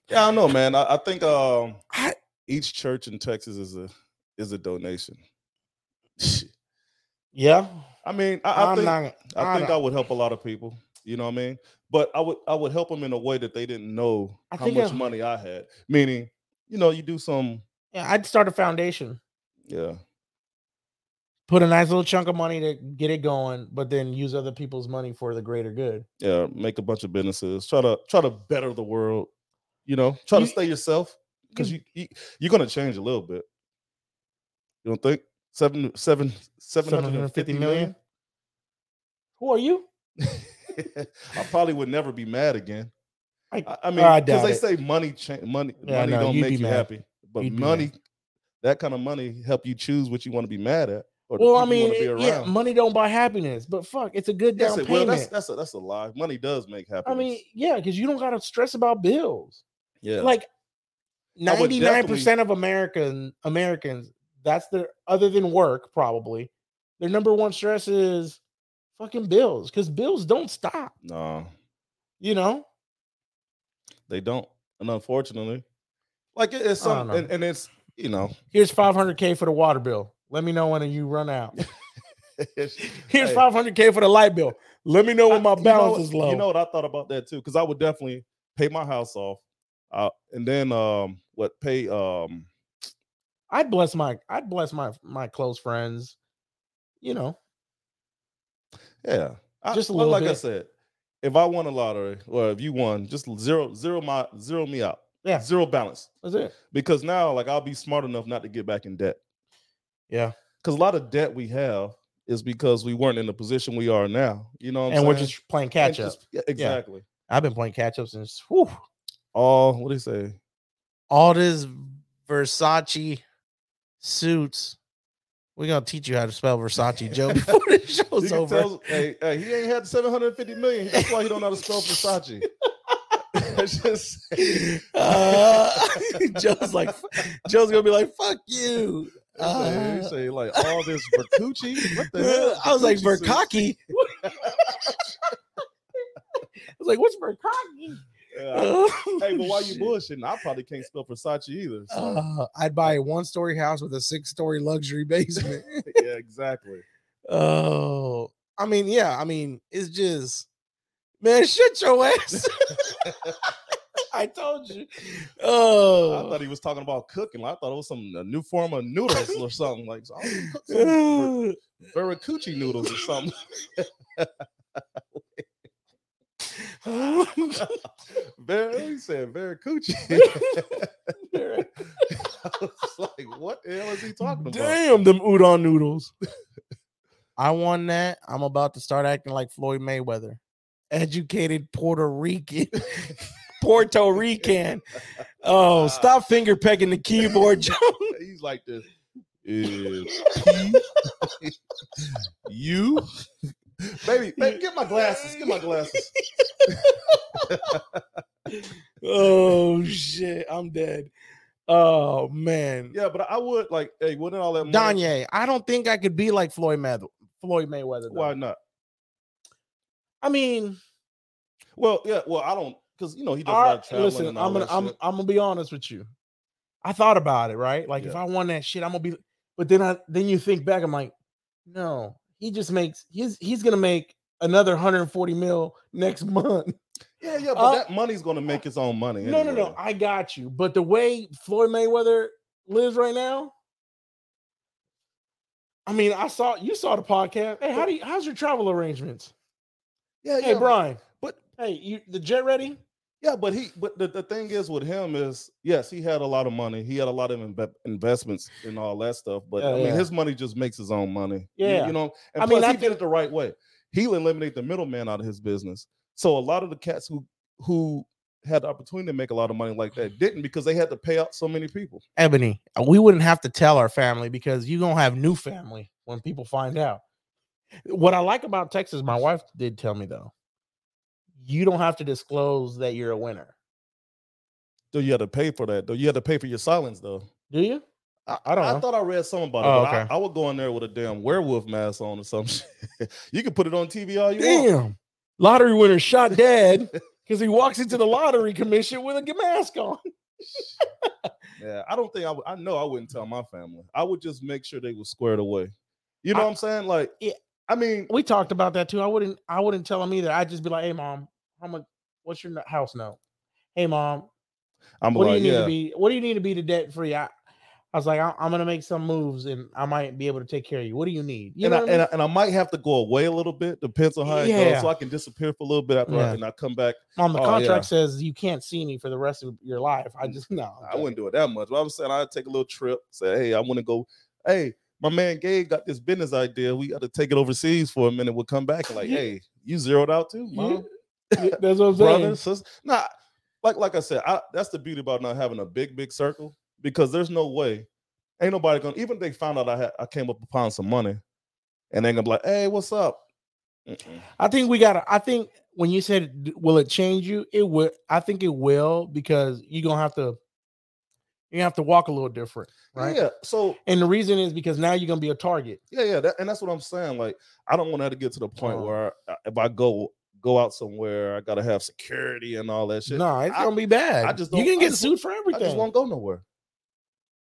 yeah. I don't know, man. I, I think um, I- each church in Texas is a is a donation. Yeah, I mean, I, I I'm think not. I I think I don't- would help a lot of people. You know what I mean? But I would I would help them in a way that they didn't know I how think much I- money I had. Meaning, you know, you do some Yeah, I'd start a foundation. yeah put a nice little chunk of money to get it going, but then use other people's money for the greater good. yeah make a bunch of businesses try to try to better the world. You know, try to You- stay yourself because you, you you're gonna change a little bit. You don't think seven seven seven hundred and fifty 750 million? million? Who are you? I probably would never be mad again. I- I, I mean, I because doubt they it. say money, cha- money, Yeah, money no, don't you'd make be you mad. happy, but You'd be mad. money, that kind of money, help you choose what you want to be mad at. Or the Well, I people you mean, wanna it- yeah, money don't buy happiness, but fuck, it's a good Yes, down it payment. will. That's that's a, that's a lie. Money does make happiness. I mean, yeah, because you don't got to stress about bills. yeah, Like I would ninety nine percent of American Americans, that's their other than work probably. Their number one stress is fucking bills because bills don't stop. No, You know, they don't. And unfortunately, like it- it's I don't some, know. and, and it's you know, here's 500k for the water bill. Let me know when you run out. it's- Here's hey, 500k for the light bill. Let me know I- when my you know balance what- is low. You know what I thought about that too? Because I would definitely pay my house off, uh, and then um, what pay um, I'd bless my I'd bless my my close friends. You know, yeah, I, Just a well, little like I bit. said. If I won a lottery, or if you won, just zero, zero my, zero me out, yeah, zero balance, that's it. because now, like, I'll be smart enough not to get back in debt. Yeah, because a lot of debt we have is because we weren't in the position we are now. You know, what I'm and we're saying? just playing And catch up. just- yeah, exactly. I've been playing catch up since whew, All what do you say? all this Versace suits. We're gonna teach you how to spell Versace, Joe, before the You show's can over. tell- hey, hey, he ain't had 750 million. That's why he don't know how to spell Versace. That's just Uh, Joe's like, Joe's gonna be like, "Fuck you." say, Uh, he say like all this Vercucci. What the hell? I was like, Vercucci suits? "Verkaki." I was like, "What's Verkaki?" Yeah. Hey, but why you bullshitting? I probably can't spell Versace either. so- Uh, I'd buy a one-story house with a six-story luxury basement. yeah, exactly. oh, I mean, yeah, I mean, it's just, man, shut your ass. I told you. I Oh, thought he was talking about cooking. I thought it was some a new form of noodles or something like so I was gonna cook some Ver- Ugh. Barracucci noodles or something. Bar- he said Barracucci. I was like, what the hell is he talking about? Damn them udon noodles. I won that. I'm about to start acting like Floyd Mayweather. Educated Puerto Rican. Puerto Rican. Oh, stop finger pecking the keyboard. Joe. He's like this. Is P- you baby, baby, get my glasses. Get my glasses. oh shit. I'm dead. Oh man. Yeah, but I would like hey, wouldn't all that money- Donye, I don't think I could be like Floyd Mayweather. Floyd Mayweather. though. Why not? I mean, Well, yeah, well, I don't because you know he does a I- lot of traveling. listen, and all I'm gonna that I'm, shit. I'm gonna be honest with you. I thought about it, right? Like if Yeah. I won that shit, I'm gonna be. But then I then you think back, I'm like, no, he just makes he's he's gonna make another 140 mil next month. yeah, yeah, but uh, that money's gonna make its own money. No, no, no, anyway. I got you. But the way Floyd Mayweather lives right now, I mean, I saw you saw the podcast. Hey, how do you, how's your travel arrangements? Yeah, yeah, Hey, but- Brian. but Hey, you the jet ready? Yeah, but he, but the, the thing is with him is, yes, he had a lot of money. He had a lot of inve- investments and all that stuff. But I Yeah, mean, yeah. his money just makes his own money. You- you, Yeah. know. And I mean, plus, I he did it the right way. He eliminated the middleman out of his business. So a lot of the cats who who had the opportunity to make a lot of money like that didn't because they had to pay out so many people. Ebony, uh, we wouldn't have to tell our family because you're gonna have new family when people find out. What I like about Texas, my wife did tell me though, you don't have to disclose that you're a winner, Though you had to pay for that. Though you had to pay for your silence. Though do you? I, I don't I, know. thought I read something about it. Uh-huh. Oh, but I- okay. I, would go in there with a damn werewolf mask on or some shit. you can put it on TV all you want. Damn, lottery winner shot dead because he walks into the lottery commission with a g- mask on. Yeah, I don't think I would. I know I wouldn't tell my family. I would just make sure they were squared away. You know I- what I'm saying? Like, Yeah. I mean, We talked about that too. I wouldn't, I wouldn't tell him either. I'd just be like, "Hey, mom, how much? What's your n- house note? Hey, mom, I'm what do like, you need yeah, to be what do you need to be to debt free i i was like I, i'm gonna make some moves and i might be able to take care of you what do you need you and, I, what I and I mean? and I might have to go away a little bit, depends on how it goes, Yeah. so I can disappear for a little bit after, I, Yeah. and I come back. mom Um, the oh, contract yeah. says you can't see me for the rest of your life i just no I wouldn't do it that much, but I'm saying I'd take a little trip. Say, hey, I want to go. Hey, my man Gabe got this business idea. We got to take it overseas for a minute. We'll come back and like, Yeah. hey, you zeroed out too, mom. You- you- that's what i'm brother, saying sister. Nah, like like I said, I, that's the beauty about not having a big, big circle because there's no way, ain't nobody gonna even if they found out I had I came up upon some money, and they gonna be like, hey, what's up? Mm-mm. i think we gotta i think when you said d- will it change you it would i think it will because you're gonna have to You have to walk a little different, right? Yeah. So And the reason is because now you're gonna be a target. yeah, yeah, that, and that's what I'm saying. Like, I don't want to get to the point Uh-huh. where I, if I go go out somewhere, I gotta have security and all that shit. No, nah, it's I- gonna be bad. I just you don't- can I get just sued for I everything. just won't go nowhere.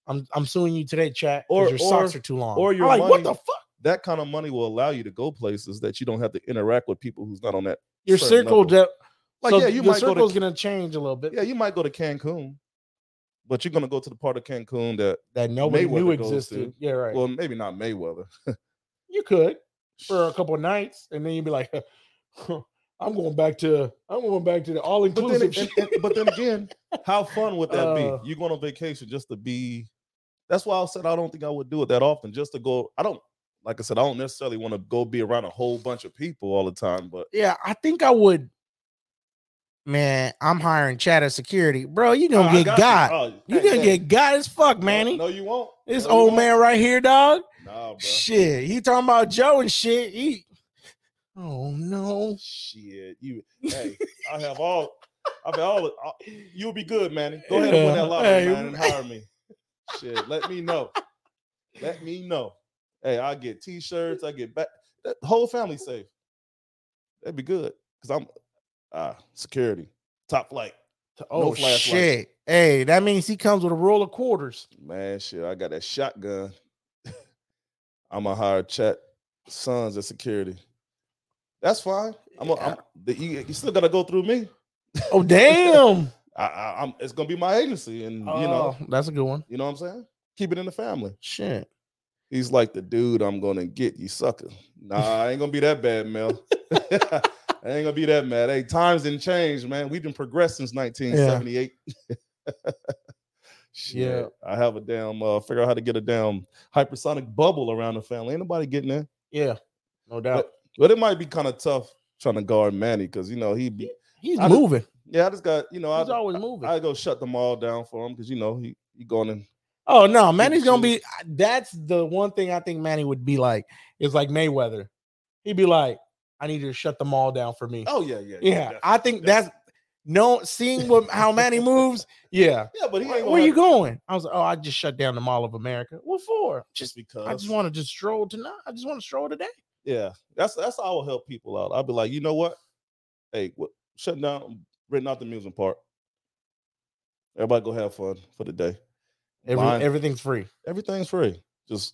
I'm I'm suing you today, chat. Or Or- your socks or- are too long. or I'm your like what money- the fuck? That kind of money will allow you to go places that you don't have to interact with people who's not on that. Your certain circle, level. de- Like, so yeah, you the might go circle's to gonna change a little bit. yeah, you might go to Cancun, but you're gonna go to the part of Cancun that that nobody knew Mayweather goes existed. to. Yeah, right. well, maybe not Mayweather. you could for a couple of nights, and then you'd be like, "I'm going back to I'm going back to the all But then, inclusive." and- and- but then again, how fun would that Uh. be? You going on vacation just to be? That's why I said I don't think I would do it that often. Just to go, I don't. Like I said, I don't necessarily want to go be around a whole bunch of people all the time. But yeah, I think I would. Man, I'm hiring Chad as security, bro. You gonna Oh, I get got got. Oh, You hey, gonna hey. get got as fuck, No, Manny. No, you won't. This No, you old won't. man right here, dog. Nah, bro. Shit, he talking about Joe and shit. He, oh no, Shit, you. Hey, I have all. I have all. all- You'll be good, Manny. Go ahead and win Yeah, that lottery, hey. man, and hire me. Shit, let me know. Let me know. Hey, I get t-shirts. I get back. That whole family safe. That'd be good because I'm ah security top flight. oh flashlight. shit. Hey, that means he comes with a roll of quarters. Man, shit, I got that shotgun. I'm gonna hire Chet Sons as security. That's fine. I'm. A, I'm the, you, you still gotta go through me. Oh damn! I, I, I'm. It's gonna be my agency, and you know, Oh, that's a good one. you know what I'm saying. Keep it in the family. Shit. He's like the dude I'm gonna get you, sucker. Nah, I ain't gonna be that bad, Mel. I ain't gonna be that mad. Hey, times didn't change, man. We've been progressed since 1978. Shit, Yeah. I have a damn uh, figure out how to get a damn hypersonic bubble around the family. Ain't nobody getting there, Yeah, no doubt. but it might be kind of tough trying to guard Manny because you know he be. He's I just- moving. Yeah, I just got you know I, He's always moving. I go shut them all down for him because you know he he going in. oh no, Manny's gonna shoes. be. That's the one thing I think Manny would be like. Is like Mayweather. He'd be like, "I need you to shut them all down for me." Oh yeah, yeah, yeah, I definitely. think that's no seeing what how Manny moves. Yeah, yeah. But he ain't where, gonna where have- you going? I was like, "Oh, I just shut down the Mall of America." What for? just because I just want to just stroll tonight. I just want to stroll today. Yeah, that's that's how I will help people out. I'll be like, you know what? Hey, what shutting down, renting out the amusement park. Everybody go have fun for the day. Every, Fine. everything's free, Everything's free. Just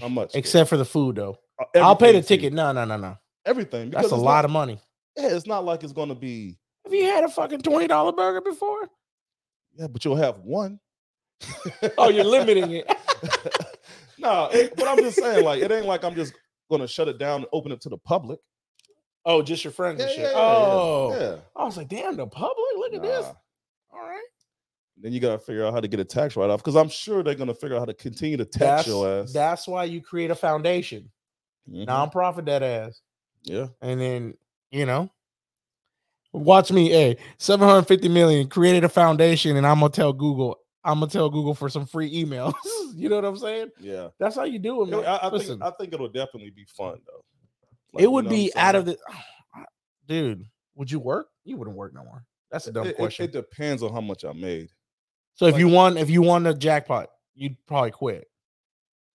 how much? except for the food though. Uh, I'll pay the everything's free. ticket. No, no, no, no. Everything. because That's a it's lot not- of money. Yeah, it's not like it's gonna be. Have you had a fucking twenty dollar burger before? Yeah, but you'll have one. Oh, you're limiting it. no, it- but I'm just saying, like, it ain't like I'm just gonna shut it down and open it to the public. Oh, just your friends Yeah, and yeah, shit. yeah, yeah, oh, yeah. I was like, damn, the public. Look at this. Nah. All right, Then you gotta figure out how to get a tax write off because I'm sure they're gonna figure out how to continue to tax that's your ass. that's why you create a foundation, Mhm. nonprofit that ass, Yeah. and then you know, watch me. Hey, seven hundred fifty million created a foundation, and I'm gonna tell Google. I'm gonna tell Google for some free emails. you know what I'm saying? Yeah. That's how you do it, man. I, I Listen, think I think it'll definitely be fun though. Like, it you would know what be I'm out saying? of the dude. Would you work? You wouldn't work no more. That's a dumb it, it- question. It, depends on how much I made. so if like- you won, if you won the jackpot, you'd probably quit.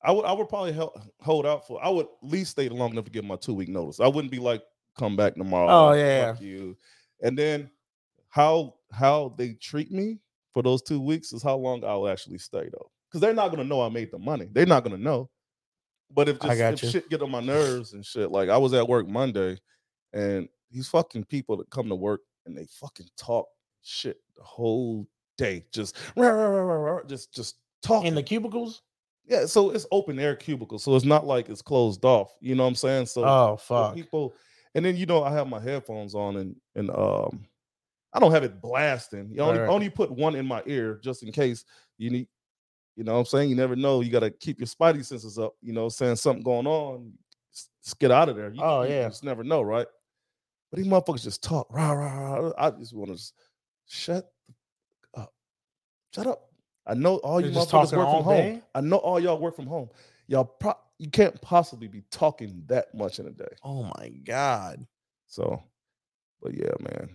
I would I would probably help, hold out for I would at least stay long enough to give my two week notice. I wouldn't be like come back tomorrow. Oh, yeah, fuck you. And then how how they treat me for those two weeks is how long I'll actually stay though. Because they're not gonna know I made the money. They're not gonna know. But if I just got if you. shit get on my nerves and shit, like I was at work Monday and these fucking people that come to work and they fucking talk shit the whole day. Just rah, rah, rah, rah, rah, just just talking. In the cubicles? Yeah, so it's open air cubicle, so it's not like it's closed off. You know what I'm saying? So Oh the fuck. people, and then you know I have my headphones on, and and um, I don't have it blasting. You Right, only right. only put one in my ear just in case you need. You know what I'm saying? You never know. You gotta keep your spidey senses up. You know, what I'm saying something going on, s- just get out of there. You, Oh, you yeah. just never know, right? But these motherfuckers just talk. Rah, rah, rah. I just want to shut up. Shut up. I know all you They're just motherfuckers talking work all from home. day? I know all y'all work from home. Y'all pro you can't possibly be talking that much in a day. Oh my god. So, but yeah, man.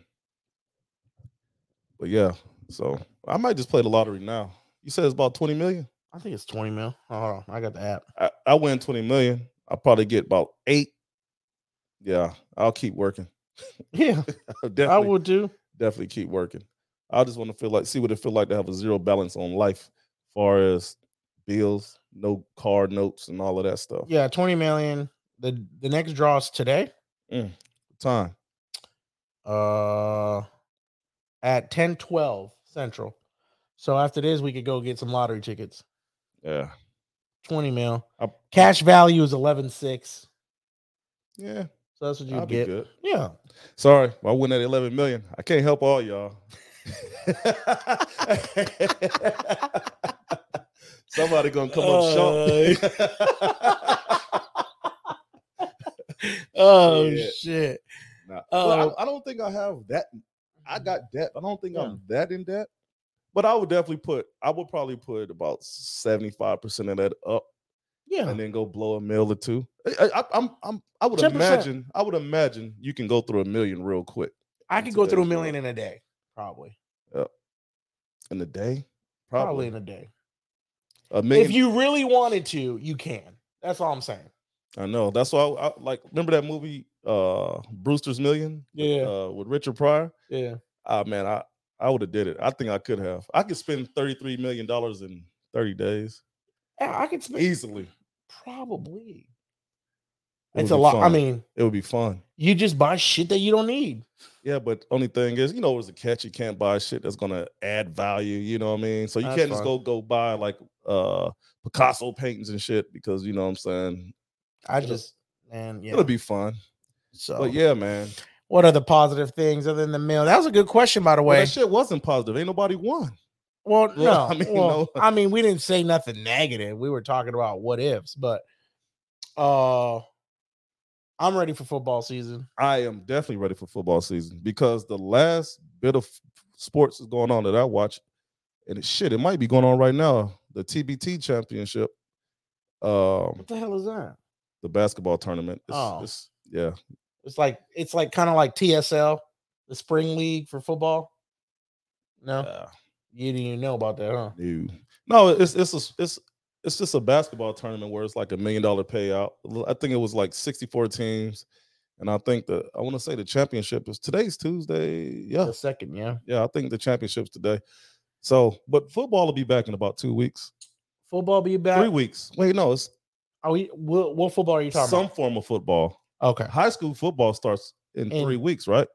But yeah, so I might just play the lottery now. You said it's about 20 million. I think it's 20 mil. Hold on. I got the app. I, I win 20 million. I'll probably get about eight. Yeah, I'll keep working. Yeah, definitely, I would do. definitely keep working. I just want to feel like see what it feel like to have a zero balance on life, far as bills, no car notes, and all of that stuff. Yeah, 20 million. The the next draw is today. Time. Uh at 10 12 central. So after this, we could go get some lottery tickets. Yeah. 20 mil. Up. Cash value is eleven six. Yeah. So that's what you I'll be get. good. Yeah. Sorry, I win at 11 million. I can't help all y'all. Somebody gonna come up Uh, short. Oh Yeah. shit. Nah. Uh, Well, I, I don't think I have that. I got debt. I don't think Yeah. I'm that in debt, but I would definitely put. I would probably put about seventy five percent of that up, Yeah. and then go blow a mill or two. I, I, I'm, I'm, I would 10%. imagine. I would imagine you can go through a million real quick I in could go through a today's million in a day, probably. in a day. Probably, Probably in a day. a million. If you really wanted to, you can. That's all I'm saying. I know. That's why I, I like. Remember that movie, uh, Brewster's Million? Yeah. Uh, with Richard Pryor. Yeah. Ah, man, I, I would have did it. I think I could have. I could spend thirty three million dollars in thirty days Yeah, I could spend easily. probably. It it's would a be lot. I fun. mean, It would be fun. you just buy shit that you don't need. Yeah, but only thing is, you know, there's a catch. You can't buy shit that's gonna add value. You know what I mean? So you That's can't just go fine. go buy like uh Picasso paintings and shit because you know what I'm saying. I It'll- just and yeah. It'll be fun. so But yeah, man. What are the positive things other than the meal? That was a good question, by the Well, way. that shit wasn't positive. Ain't nobody won. Well, no, Well, I mean, well, no. I mean, we didn't say nothing negative. We were talking about what ifs, but uh, I'm ready for football season. I am definitely ready for football season because the last bit of sports is going on that I watch, and it, shit, it might be going on right now. The TBT championship, um, What the hell is that? the basketball tournament. It's, Oh. it's- yeah, It's like it's like kind of like TSL, the spring league for football. No, yeah. you didn't even know about that, huh? New. No, it's it's a, it's it's just a basketball tournament where it's like a million dollar payout. L- I think it was like sixty four teams, and I think the I want to say the championship is today's Tuesday. Yeah, The second, yeah. yeah, I think the championship's today. So, but football will be back in about two weeks, Football be back. three weeks. Wait, no, it's Are we? What, what football are you talking some form of football. about? Okay, High school football starts in In- three weeks, right?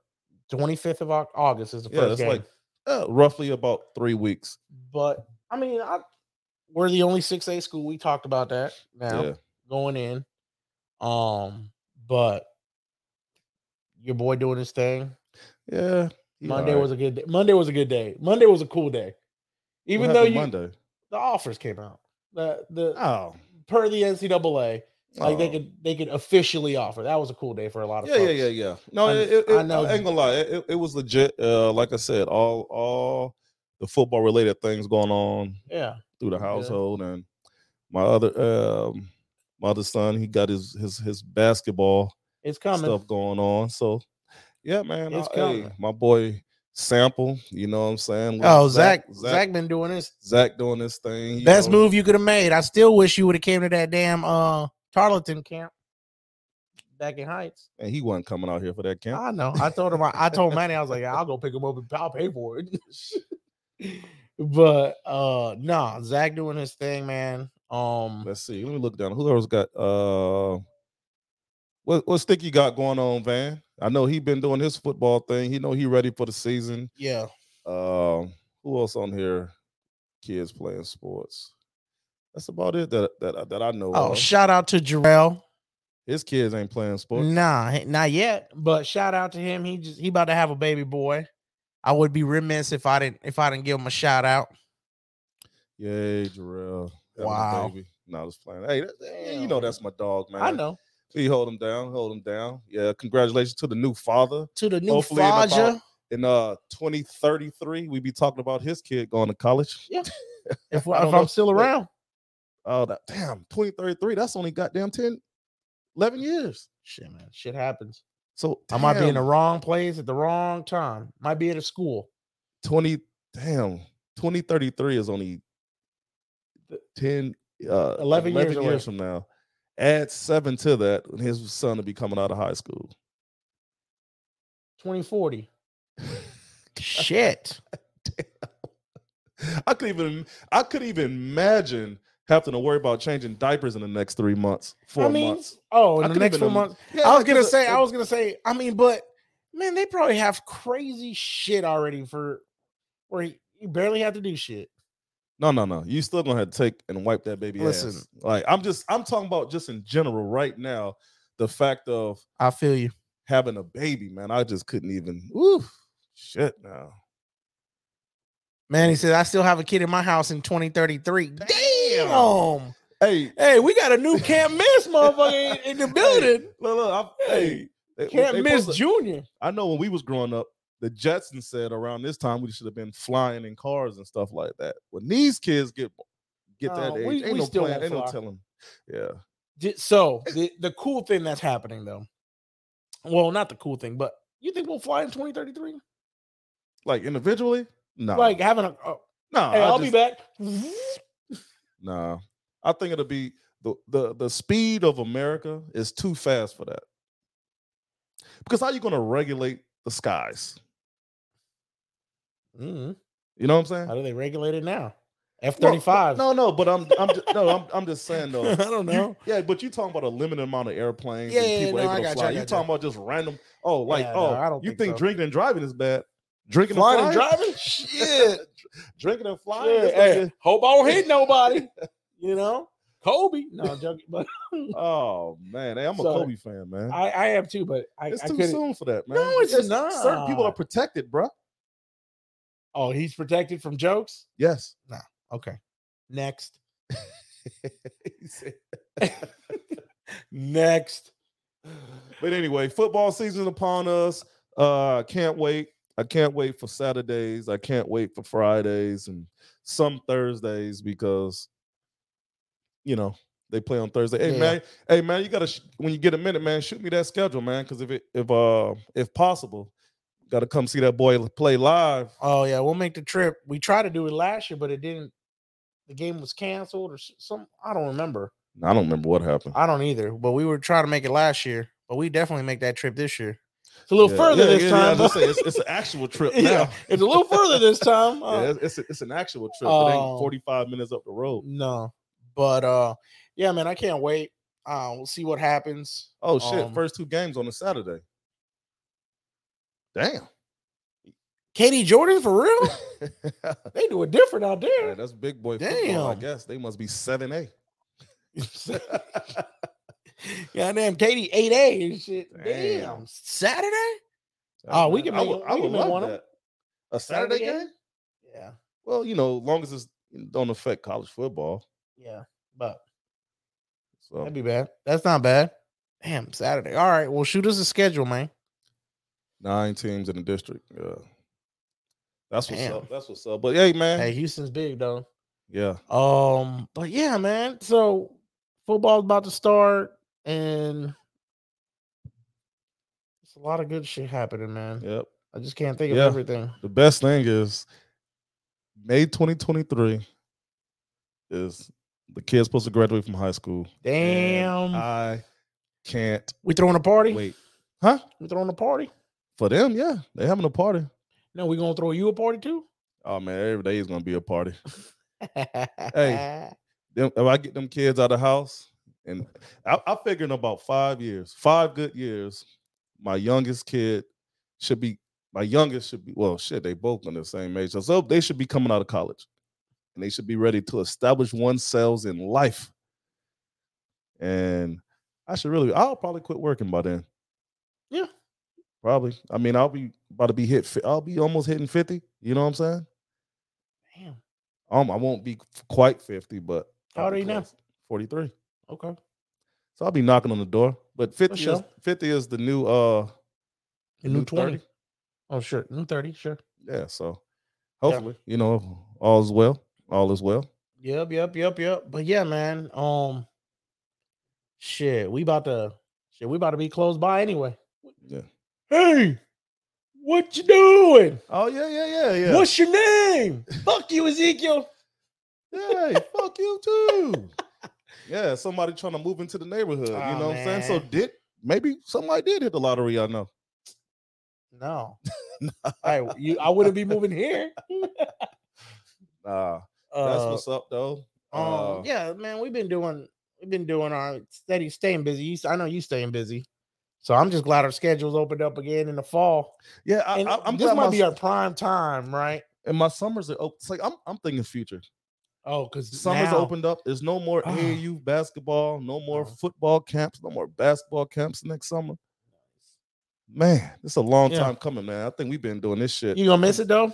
25th of Au- August is the Yeah, first that's game. like uh, roughly about three weeks. but I mean, I, we're the only six A school. We talked about that now Yeah, going in. Um, but your boy doing his thing. yeah. he Monday alright. was a good day. Monday was a good day. Monday was a cool day. What Even though you, happened Monday. the offers came out, the the Oh, per the NCAA, like they oh. could they could officially offer. That was a cool day for a lot of yeah, yeah, folks. yeah, yeah. No, I'm- it, it, I I know- know. I ain't gonna lie, it, it- it was legit. Uh, like I said, all all the football related things going on yeah. through the Yeah. household, and my other um, my other son, he got his his his basketball It's coming. stuff going on. So yeah, man, It's I- hey, coming. my boy Sample, you know what I'm saying? Little Oh, Zach, Zach, Zach, been doing his Zach doing this thing. you best know. move you could have made. I still wish you would have came to that damn uh Tarleton camp back in Heights. and he wasn't coming out here for that camp. I know. I told him. I, I told Manny. I was like, I'll go pick him up and I'll pay for it. but uh nah, Zach doing his thing, man. Um, Let's see. Let me look down. Who else got uh what what stick you got going on, Van? I know he been doing his football thing. He know he ready for the season. yeah, Um, who else on here? Kids playing sports. That's about it that that, I- that I know. Oh, of. shout out to Jarrell. His kids ain't playing sports. Nah, he- not yet. But shout out to him. He just he about to have a baby boy. I would be remiss if I didn't if I didn't give him a shout out. Yay, Jarrell. having a Wow. Baby. No, just playing. Hey, that- hey, you know Damn. that's my dog, man. I know He hold him down, hold him down. Yeah, congratulations to the new father. to the new Hopefully in about- Faja. In uh 2033, we be talking about his kid going to college. If, if I don't know. I'm still Wait. around, Oh, that, damn, 2033. That's only goddamn 10, 11 years. shit, man, shit happens. So I might be in the damn, wrong place at the wrong time. Might be at a school. 20, damn, 2033 is only 10, uh, 11 years away. years from now, add seven to that, and his son will be coming out of high school. 2040. Shit. I could even I could even imagine having to worry about changing diapers in the next three months, four I mean, months. oh, I in couldn't the next even four months. Yeah, I was like, gonna 'cause say, it- I was gonna say, I mean, but man, they probably have crazy shit already for where you you barely have to do shit. no, no, no. You still gonna have to take and wipe that baby. ass. Listen. like I'm just I'm talking about just in general right now, the fact of I feel you. having a baby, man. I just couldn't even. Ooh, shit, now. Man, he said, I still have a kid in my house in 2033. Damn. Damn. Hey, Hey, we got a new can't miss motherfucker in, in the building. look, look. I'm, hey, they- Can't they miss supposed to- Junior. I know when we was growing up, the Jetsons said around this time we should have been flying in cars and stuff like that. When these kids get get that Uh, age, we- ain't we no still plan, won't ain't no fly. telling. Yeah, Di- So the, the cool thing that's happening though, well, not the cool thing, but you think we'll fly in 2033? like individually, no, Like having a, oh, no. hey, I I'll just- be back. Mm-hmm. Nah, I think it'll be the the the speed of America is too fast for that. Because how you going to regulate the skies? Mhm. You know what I'm saying? How do they regulate it now? F Well, 35. No, no, but I'm I'm just, no, I'm I'm just saying though. I don't know. Yeah, but you talking about a limited amount of airplanes Yeah, and yeah, people no, able I to got you, I fly. You got talking about just random? Oh, like Yeah, no, oh, I don't you think think, so. drinking and driving is bad? Drinking Flying and and flying? driving? Shit. drinking and flying. Shit. It's like Hey, hope I don't hit nobody. You know, Kobe. No, I'm joking, but a- oh man, hey, I'm a Sorry. Kobe fan, man. I, I am too. But I, it's I too couldn't- soon for that, man. No, it's Certain people are not. protected, bruh. Oh, he's protected from jokes. Yes. Okay, next, He said- next. but anyway, football season upon us. Uh, I can't wait. I can't wait for Saturdays. I can't wait for Fridays and some Thursdays because, you know, they play on Thursday. Hey Yeah. man, hey man, you gotta sh- when you get a minute, man, shoot me that schedule, man. Because if it if uh if possible, gotta come see that boy play live. Oh yeah, we'll make the trip. We tried to do it last year, but it didn't. The game was canceled or s- some. I don't remember. I don't remember what happened. I don't either. But we were trying to make it last year. But we definitely make that trip this year. It's a little Yeah, further yeah, this yeah, yeah, I was time. but- gonna say, it's, it's an actual trip now. yeah, it's a little further this time. Yeah, Uh, it's, it's, a- it's an actual trip. it Oh. ain't 45 minutes up the road. No, but uh, yeah, man, I can't wait. Uh, we'll see what happens. Oh shit! Um, first two games on a Saturday. Damn, Katie Jordan for real? they do it different out Yeah, there. that's big boy football. I Damn. guess they must be seven A. yeah, damn, Katie eight A and shit. Damn, Damn. Saturday. Oh, we can I make- would, I we would can make love one of 'em. that. A Saturday, Saturday game? Yeah, Well, you know, long as it's don't affect college football. yeah, but So that'd be bad. That's not bad. Damn, Saturday. All right, well, shoot us a schedule, man. nine teams in the district. Yeah, that's what's Damn. up. That's what's up. But hey, man, Hey, Houston's big though. yeah, Um, but yeah, man. So football's about to start, and it's a lot of good shit happening, man. yep. I just can't think of Yeah. everything. The best thing is May 2023 is the kid's supposed to graduate from high school. Damn, and I can't we throwing a party. wait. Huh? We throwing a party. For them, yeah. They having a party. No, we gonna throw you a party too. Oh man, every day is gonna be a party. Them- if I get them kids out of the house, and I, I figure in about five years, five good years, my youngest kid should be my youngest should be well shit, they both on the same age. So they should be coming out of college. And they should be ready to establish oneself in life. And I should really I'll probably quit working by then. Yeah. Probably. I mean, I'll be about to be hit fi- I'll be almost hitting 50. You know what I'm saying? Damn. Um, I won't be quite 50, but How I'll old be are you now? close. 43. Okay. So I'll be knocking on the door. But 50 is, sure. 50 is the new uh A new twenty. 30. Oh, sure. New thirty. Sure. Yeah, so Yeah. hopefully, you know, all is well. All is well. Yep. Yep. Yep. Yep. But yeah, man. Um. Shit, we about to. Shit, we about to be close by anyway. Yeah. Hey, what you doing? Oh yeah, yeah, yeah, yeah. What's your name? Fuck you, Ezekiel. Hey, fuck you too. Yeah, somebody trying to move into the neighborhood. you Aw, know what I'm saying? So man. did maybe somebody did hit the lottery, I know. No. I you I wouldn't be moving here. Nah. That's Uh, what's up though. um, Uh, yeah, man, we've been doing we've been doing our steady staying busy. You, s- I know you staying busy. So I'm just glad our schedule's opened up again in the fall. Yeah, I, And I, I'm this glad might my, be our prime time, right? and my summers are open. It's like I'm I'm thinking future. Oh, because Summer's now, opened up. There's no more Ah. AAU basketball, no more Oh. football camps, no more basketball camps next summer. Man, it's a long Yeah. time coming, man. I think we've been doing this shit. You gonna miss it though?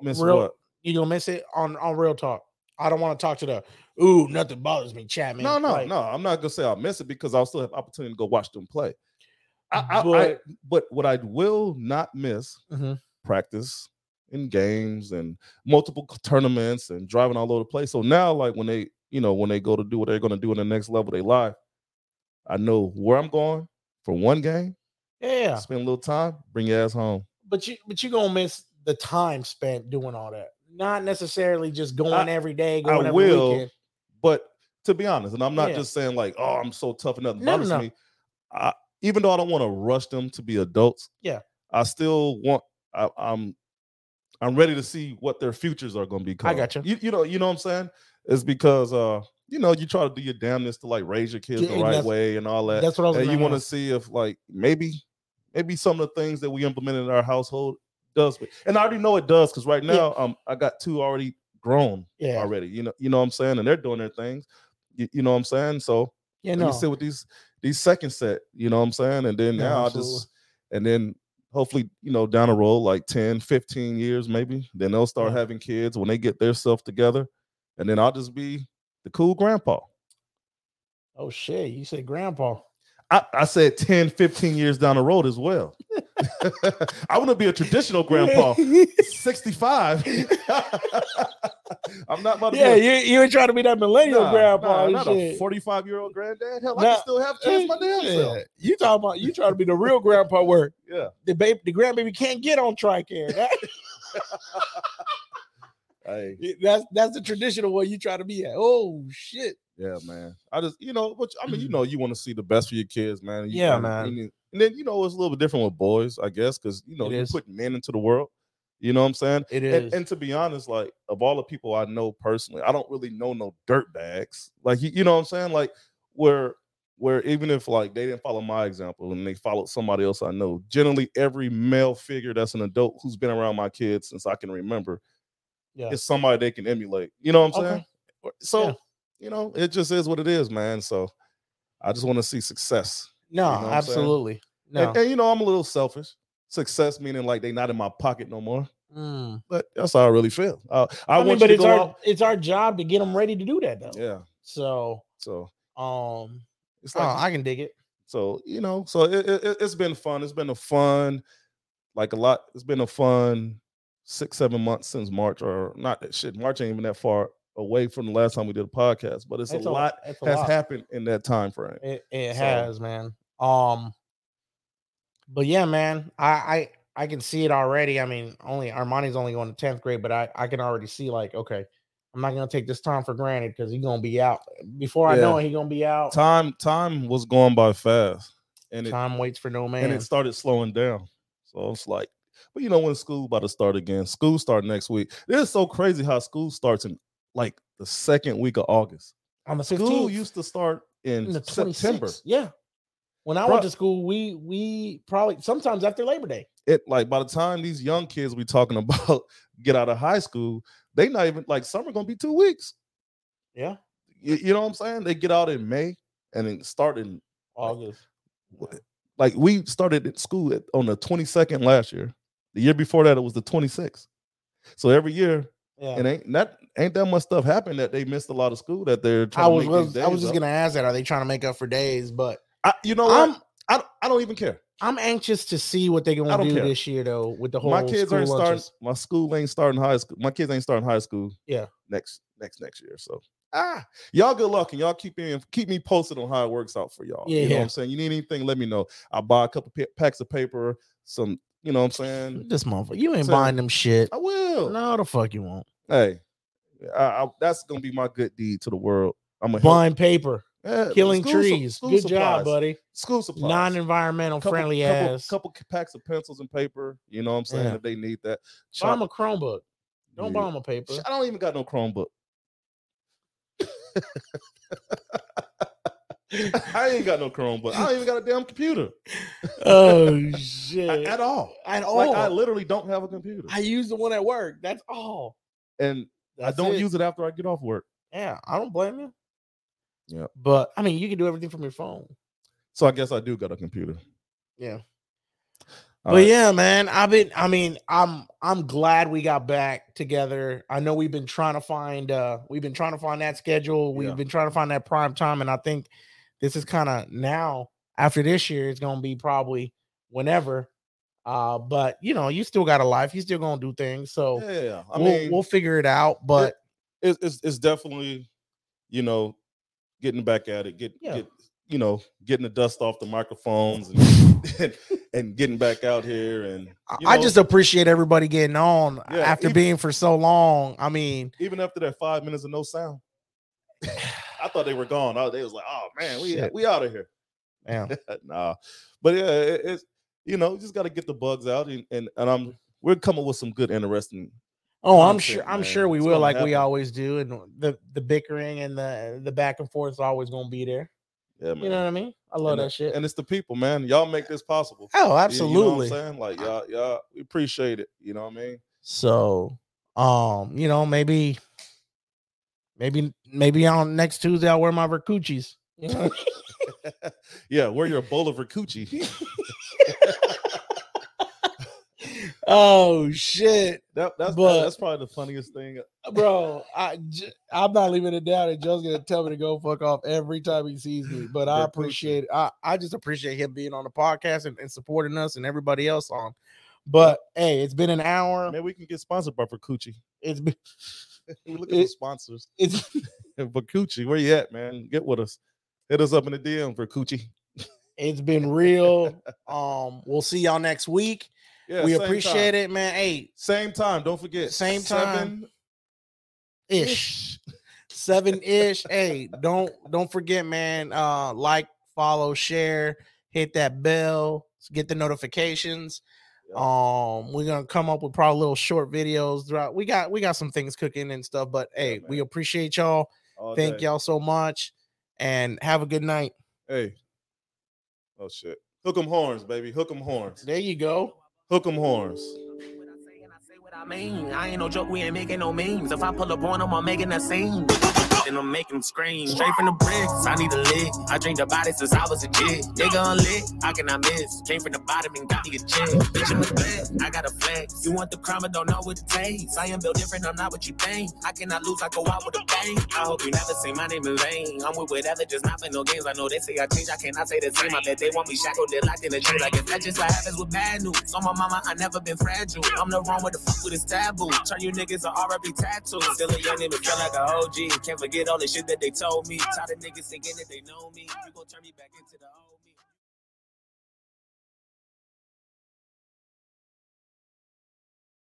Miss real- what? You gonna miss it on on real talk? I don't want to talk to the ooh, nothing bothers me, chat man. no, no, Like, no. I'm not gonna say I'll miss it because I'll still have opportunity to go watch them play. I, I, I, But- but what I will not miss Mhm. practice and games and multiple c- tournaments and driving all over the place. So now, like when they, you know, when they go to do what they're gonna do in the next level, they live. I know where I'm going for one game. Yeah, Spend a little time. Bring your ass home. but you but you gonna miss the time spent doing all that. Not necessarily just going every day. Going every will, Weekend. But to be honest, and I'm not Yeah. just saying like, oh, I'm so tough and nothing No, no, bothers no. me. I, even though I don't want to rush them to be adults, Yeah. I still want. I, I'm, I'm ready to see what their futures are going to be. gotcha. You, you know, you know what I'm saying? It's because, uh, you know, you try to do your damnness to like raise your kids Yeah, the and right that's- way and all that, That's what I was. and gonna you want to ask. see if like maybe, maybe some of the things that we implemented in our household does, and I already know it does because right Yeah. now, um, I got two already grown Yeah, already. You know, you know what I'm saying? And they're doing their things. You, you know what I'm saying? So yeah, let no. me sit with these these second set, you know what I'm saying? And then No, now I absolutely. just and then hopefully, you know, down the road, like 10, 15 years maybe, then they'll start Yeah. having kids when they get their stuff together. And then I'll just be the cool grandpa. Oh shit, you said grandpa. I, I said 10, 15 years down the road as well. I want to be a traditional grandpa. 65. I'm not about to yeah, be a you you were trying to be that millennial Nah, nah, grandpa. and not shit. a 45 year old granddad. Hell, I Nah, can still have kids my damn Yeah, self. You talking about you trying to be the real grandpa where Yeah. the baby the grandbaby can't get on Tricare. That- Hey, that's that's the traditional way you try to be at. Oh shit. yeah, man. I just, you know, but I mean, you know, you want to see the best for your kids, Mm. man. and you Yeah, kinda- man. And, then- and then, you know, it's a little bit different with boys, I guess, because, you know, It you is. put men into the world. You know what I'm saying? It And, and to be honest, like, of all the people I know personally, I don't really know no dirt bags. Like, you, you know what I'm saying? Like, where, where even if like they didn't follow my example and they followed somebody else I know, generally every male figure that's an adult who's been around my kids since I can remember yeah. it's somebody they can emulate. You know what I'm Okay. saying? Or- So, Yeah. you know, it just is what it is, man. So I just want to see success. No, know what I'm saying? absolutely. No. And, and, you know, I'm a little selfish. Success meaning like they not in my pocket no more. Mm. But that's how I really feel. Uh, I, I, mean, want but you to it's go our out. it's our job to get them ready to do that though. Yeah. So So um it's oh, like I can dig it. so you know so it, it, it- it's been fun. It's been a fun like a lot. It's been a fun six seven months since March or not that shit. March ain't even that far away from the last time we did a podcast. But it's That's a lot that's has happened in that time frame. It, it So- has, man. Um, but yeah, man, I, I I can see it already. I mean, only Armani's only going to tenth grade, but I I can already see like, okay, I'm not gonna take this time for granted because he's gonna be out before I know it. He's gonna be out. Time, time time was going by fast and it waits for no man. and it started slowing down so it's like but you know when school about to start again school start next week this is so crazy how school starts in like the second week of august on the school 15th, used to start in, and the september 26th. Yeah, when I Bruh. went to school, we we probably sometimes after Labor Day. it like by the time these young kids we talking about get out of high school they not even like summer gonna be two weeks Yeah, you, you know what i'm saying they get out in may and then start in August. w- like we started at school at, on the 22nd last year. The year before that, it was the 26th. So every year, Yeah, and ain't that ain't that much stuff happened that they missed a lot of school that they're trying I was to make these I was days up. just gonna ask that. Are they trying to make up for days? But I, you know I'm what? I don't, I don't even care. I'm anxious to see what they're I gonna don't do care. this year though with the whole my kids school aren't starting. lunches. My school ain't starting high school. My kids ain't starting high school. Yeah. next next next year. So ah, y'all good luck and y'all keep me in- keep me posted on how it works out for y'all. you know Yeah. what I'm saying. You need anything? Let me know. I buy a couple pa- packs of paper. Some, you know what I'm saying. This motherfucker, you ain't So- buying them shit. I will. No, the fuck you won't. Hey, I, I, that's gonna be my good deed to the world. I'm a Buying paper, yeah, killing school su- trees. school Good supplies, job, buddy. School supplies. Non-environmental Couple- friendly couple, ass. Couple packs of pencils and paper. You know what I'm saying? Yeah. If they need that, buy Chop- him a Chromebook. Don't Yeah. buy him a paper. Sh- I don't even got no Chromebook. I ain't got no Chromebook. I don't even got a damn computer oh a- shit! at all. At Like I all. literally don't have a computer, Oh. I use the one at work. That's all. and I That's don't it. use it after I get off work. Yeah, I don't blame you. Yeah. but I mean, you can do everything from your phone. So I guess I do got a computer. Yeah. All but right. yeah, man, I've been. I mean, I'm. I'm glad we got back together. I know we've been trying to find. uh We've been trying to find that schedule. We've Yeah. been trying to find that prime time, and I think this is kind of now. After this year, it's gonna be probably whenever. Uh, but you know, you still got a life. You still gonna do things. So yeah. I we'll, mean, we'll figure it out. But it's, it's it's definitely, you know, getting back at it, get Yeah. get you know, getting the dust off the microphones and and, getting back out here and I- you I know, just appreciate everybody getting on Yeah, e after even- being for so long. I mean, even after that five minutes of no sound. I thought they were gone. Oh, they was like, oh man, we Shit. we out of here. Uh, yeah, nah, but yeah, it, it's you know, just got to get the bugs out, and, and and I'm we're coming with some good, interesting. Oh, I'm Content, sure. I'm man. sure we It's will, gonna like we happen. always do, and the the bickering and the the back and forth is always going to be there. Yeah, man. You know what I mean? I love and, that it- shit. and it's the people, man. Y'all make this possible. oh, Y- you know what absolutely. I'm saying? Like, y'all, y'all, we appreciate it. You know what I mean? so, um, you know, maybe, maybe, maybe on next Tuesday I'll wear my vercuchis. You know? yeah, wear your bowl of rakuchi. oh shit, That, that's But- that's probably the funniest thing. bro! I j- I'm not leaving it down, and Joe's gonna tell me to go fuck off every time he sees me. But I Vercucci. appreciate. I I just appreciate him being on the podcast and, and supporting us and everybody else on. But hey, it's been an hour. Man, we can get sponsored by Rakuchi. It's been We look at the It- sponsors. it's Rakuchi, where you at, man? Get with us. Hit us up in the DM for Coochie. it's been real. Um, we'll see y'all next week. Yeah, we appreciate it, man. Hey, Same time. Don't forget. Same time. seven- ish. seven ish. hey, don't don't forget, man. Uh, like, follow, share, hit that bell, get the notifications. Yep. Um, we're gonna come up with probably little short videos throughout. We got we got some things cooking and stuff, but Yeah, hey, we man. appreciate y'all. all Thank day. y'all so much, and have a good night. Hey. Oh, shit. Hook 'em horns, baby. Hook 'em horns. There you go. Hook 'em horns. I mean, I ain't no joke, we ain't making no memes. If I pull up on them, I'm making a scene. Then I'm making them scream. Straight from the bricks, I need a lick. I dreamed about it since I was a kid. Nigga unlit, I cannot miss. Came from the bottom and got me a check. Bitch, I'm a flex, I got a flex. You want the crime, but don't know what it takes. I am built different, I'm not what you think. I cannot lose, I go out with a bang. I hope you never say my name in vain. I'm with whatever, just not for no games. I know they say I change, I cannot say the same. I bet they want me shackled, they locked in a tree. Like if that's just what happens with bad news. On my mama, I never been fragile. I'm the wrong with the fuck with this taboo. Turn you niggas to RIP tattoos. Still a young nigga, feel like a OG. Can't forget all the shit that they told me. Tired of niggas thinking that they know me. You gon' turn me back into the old me.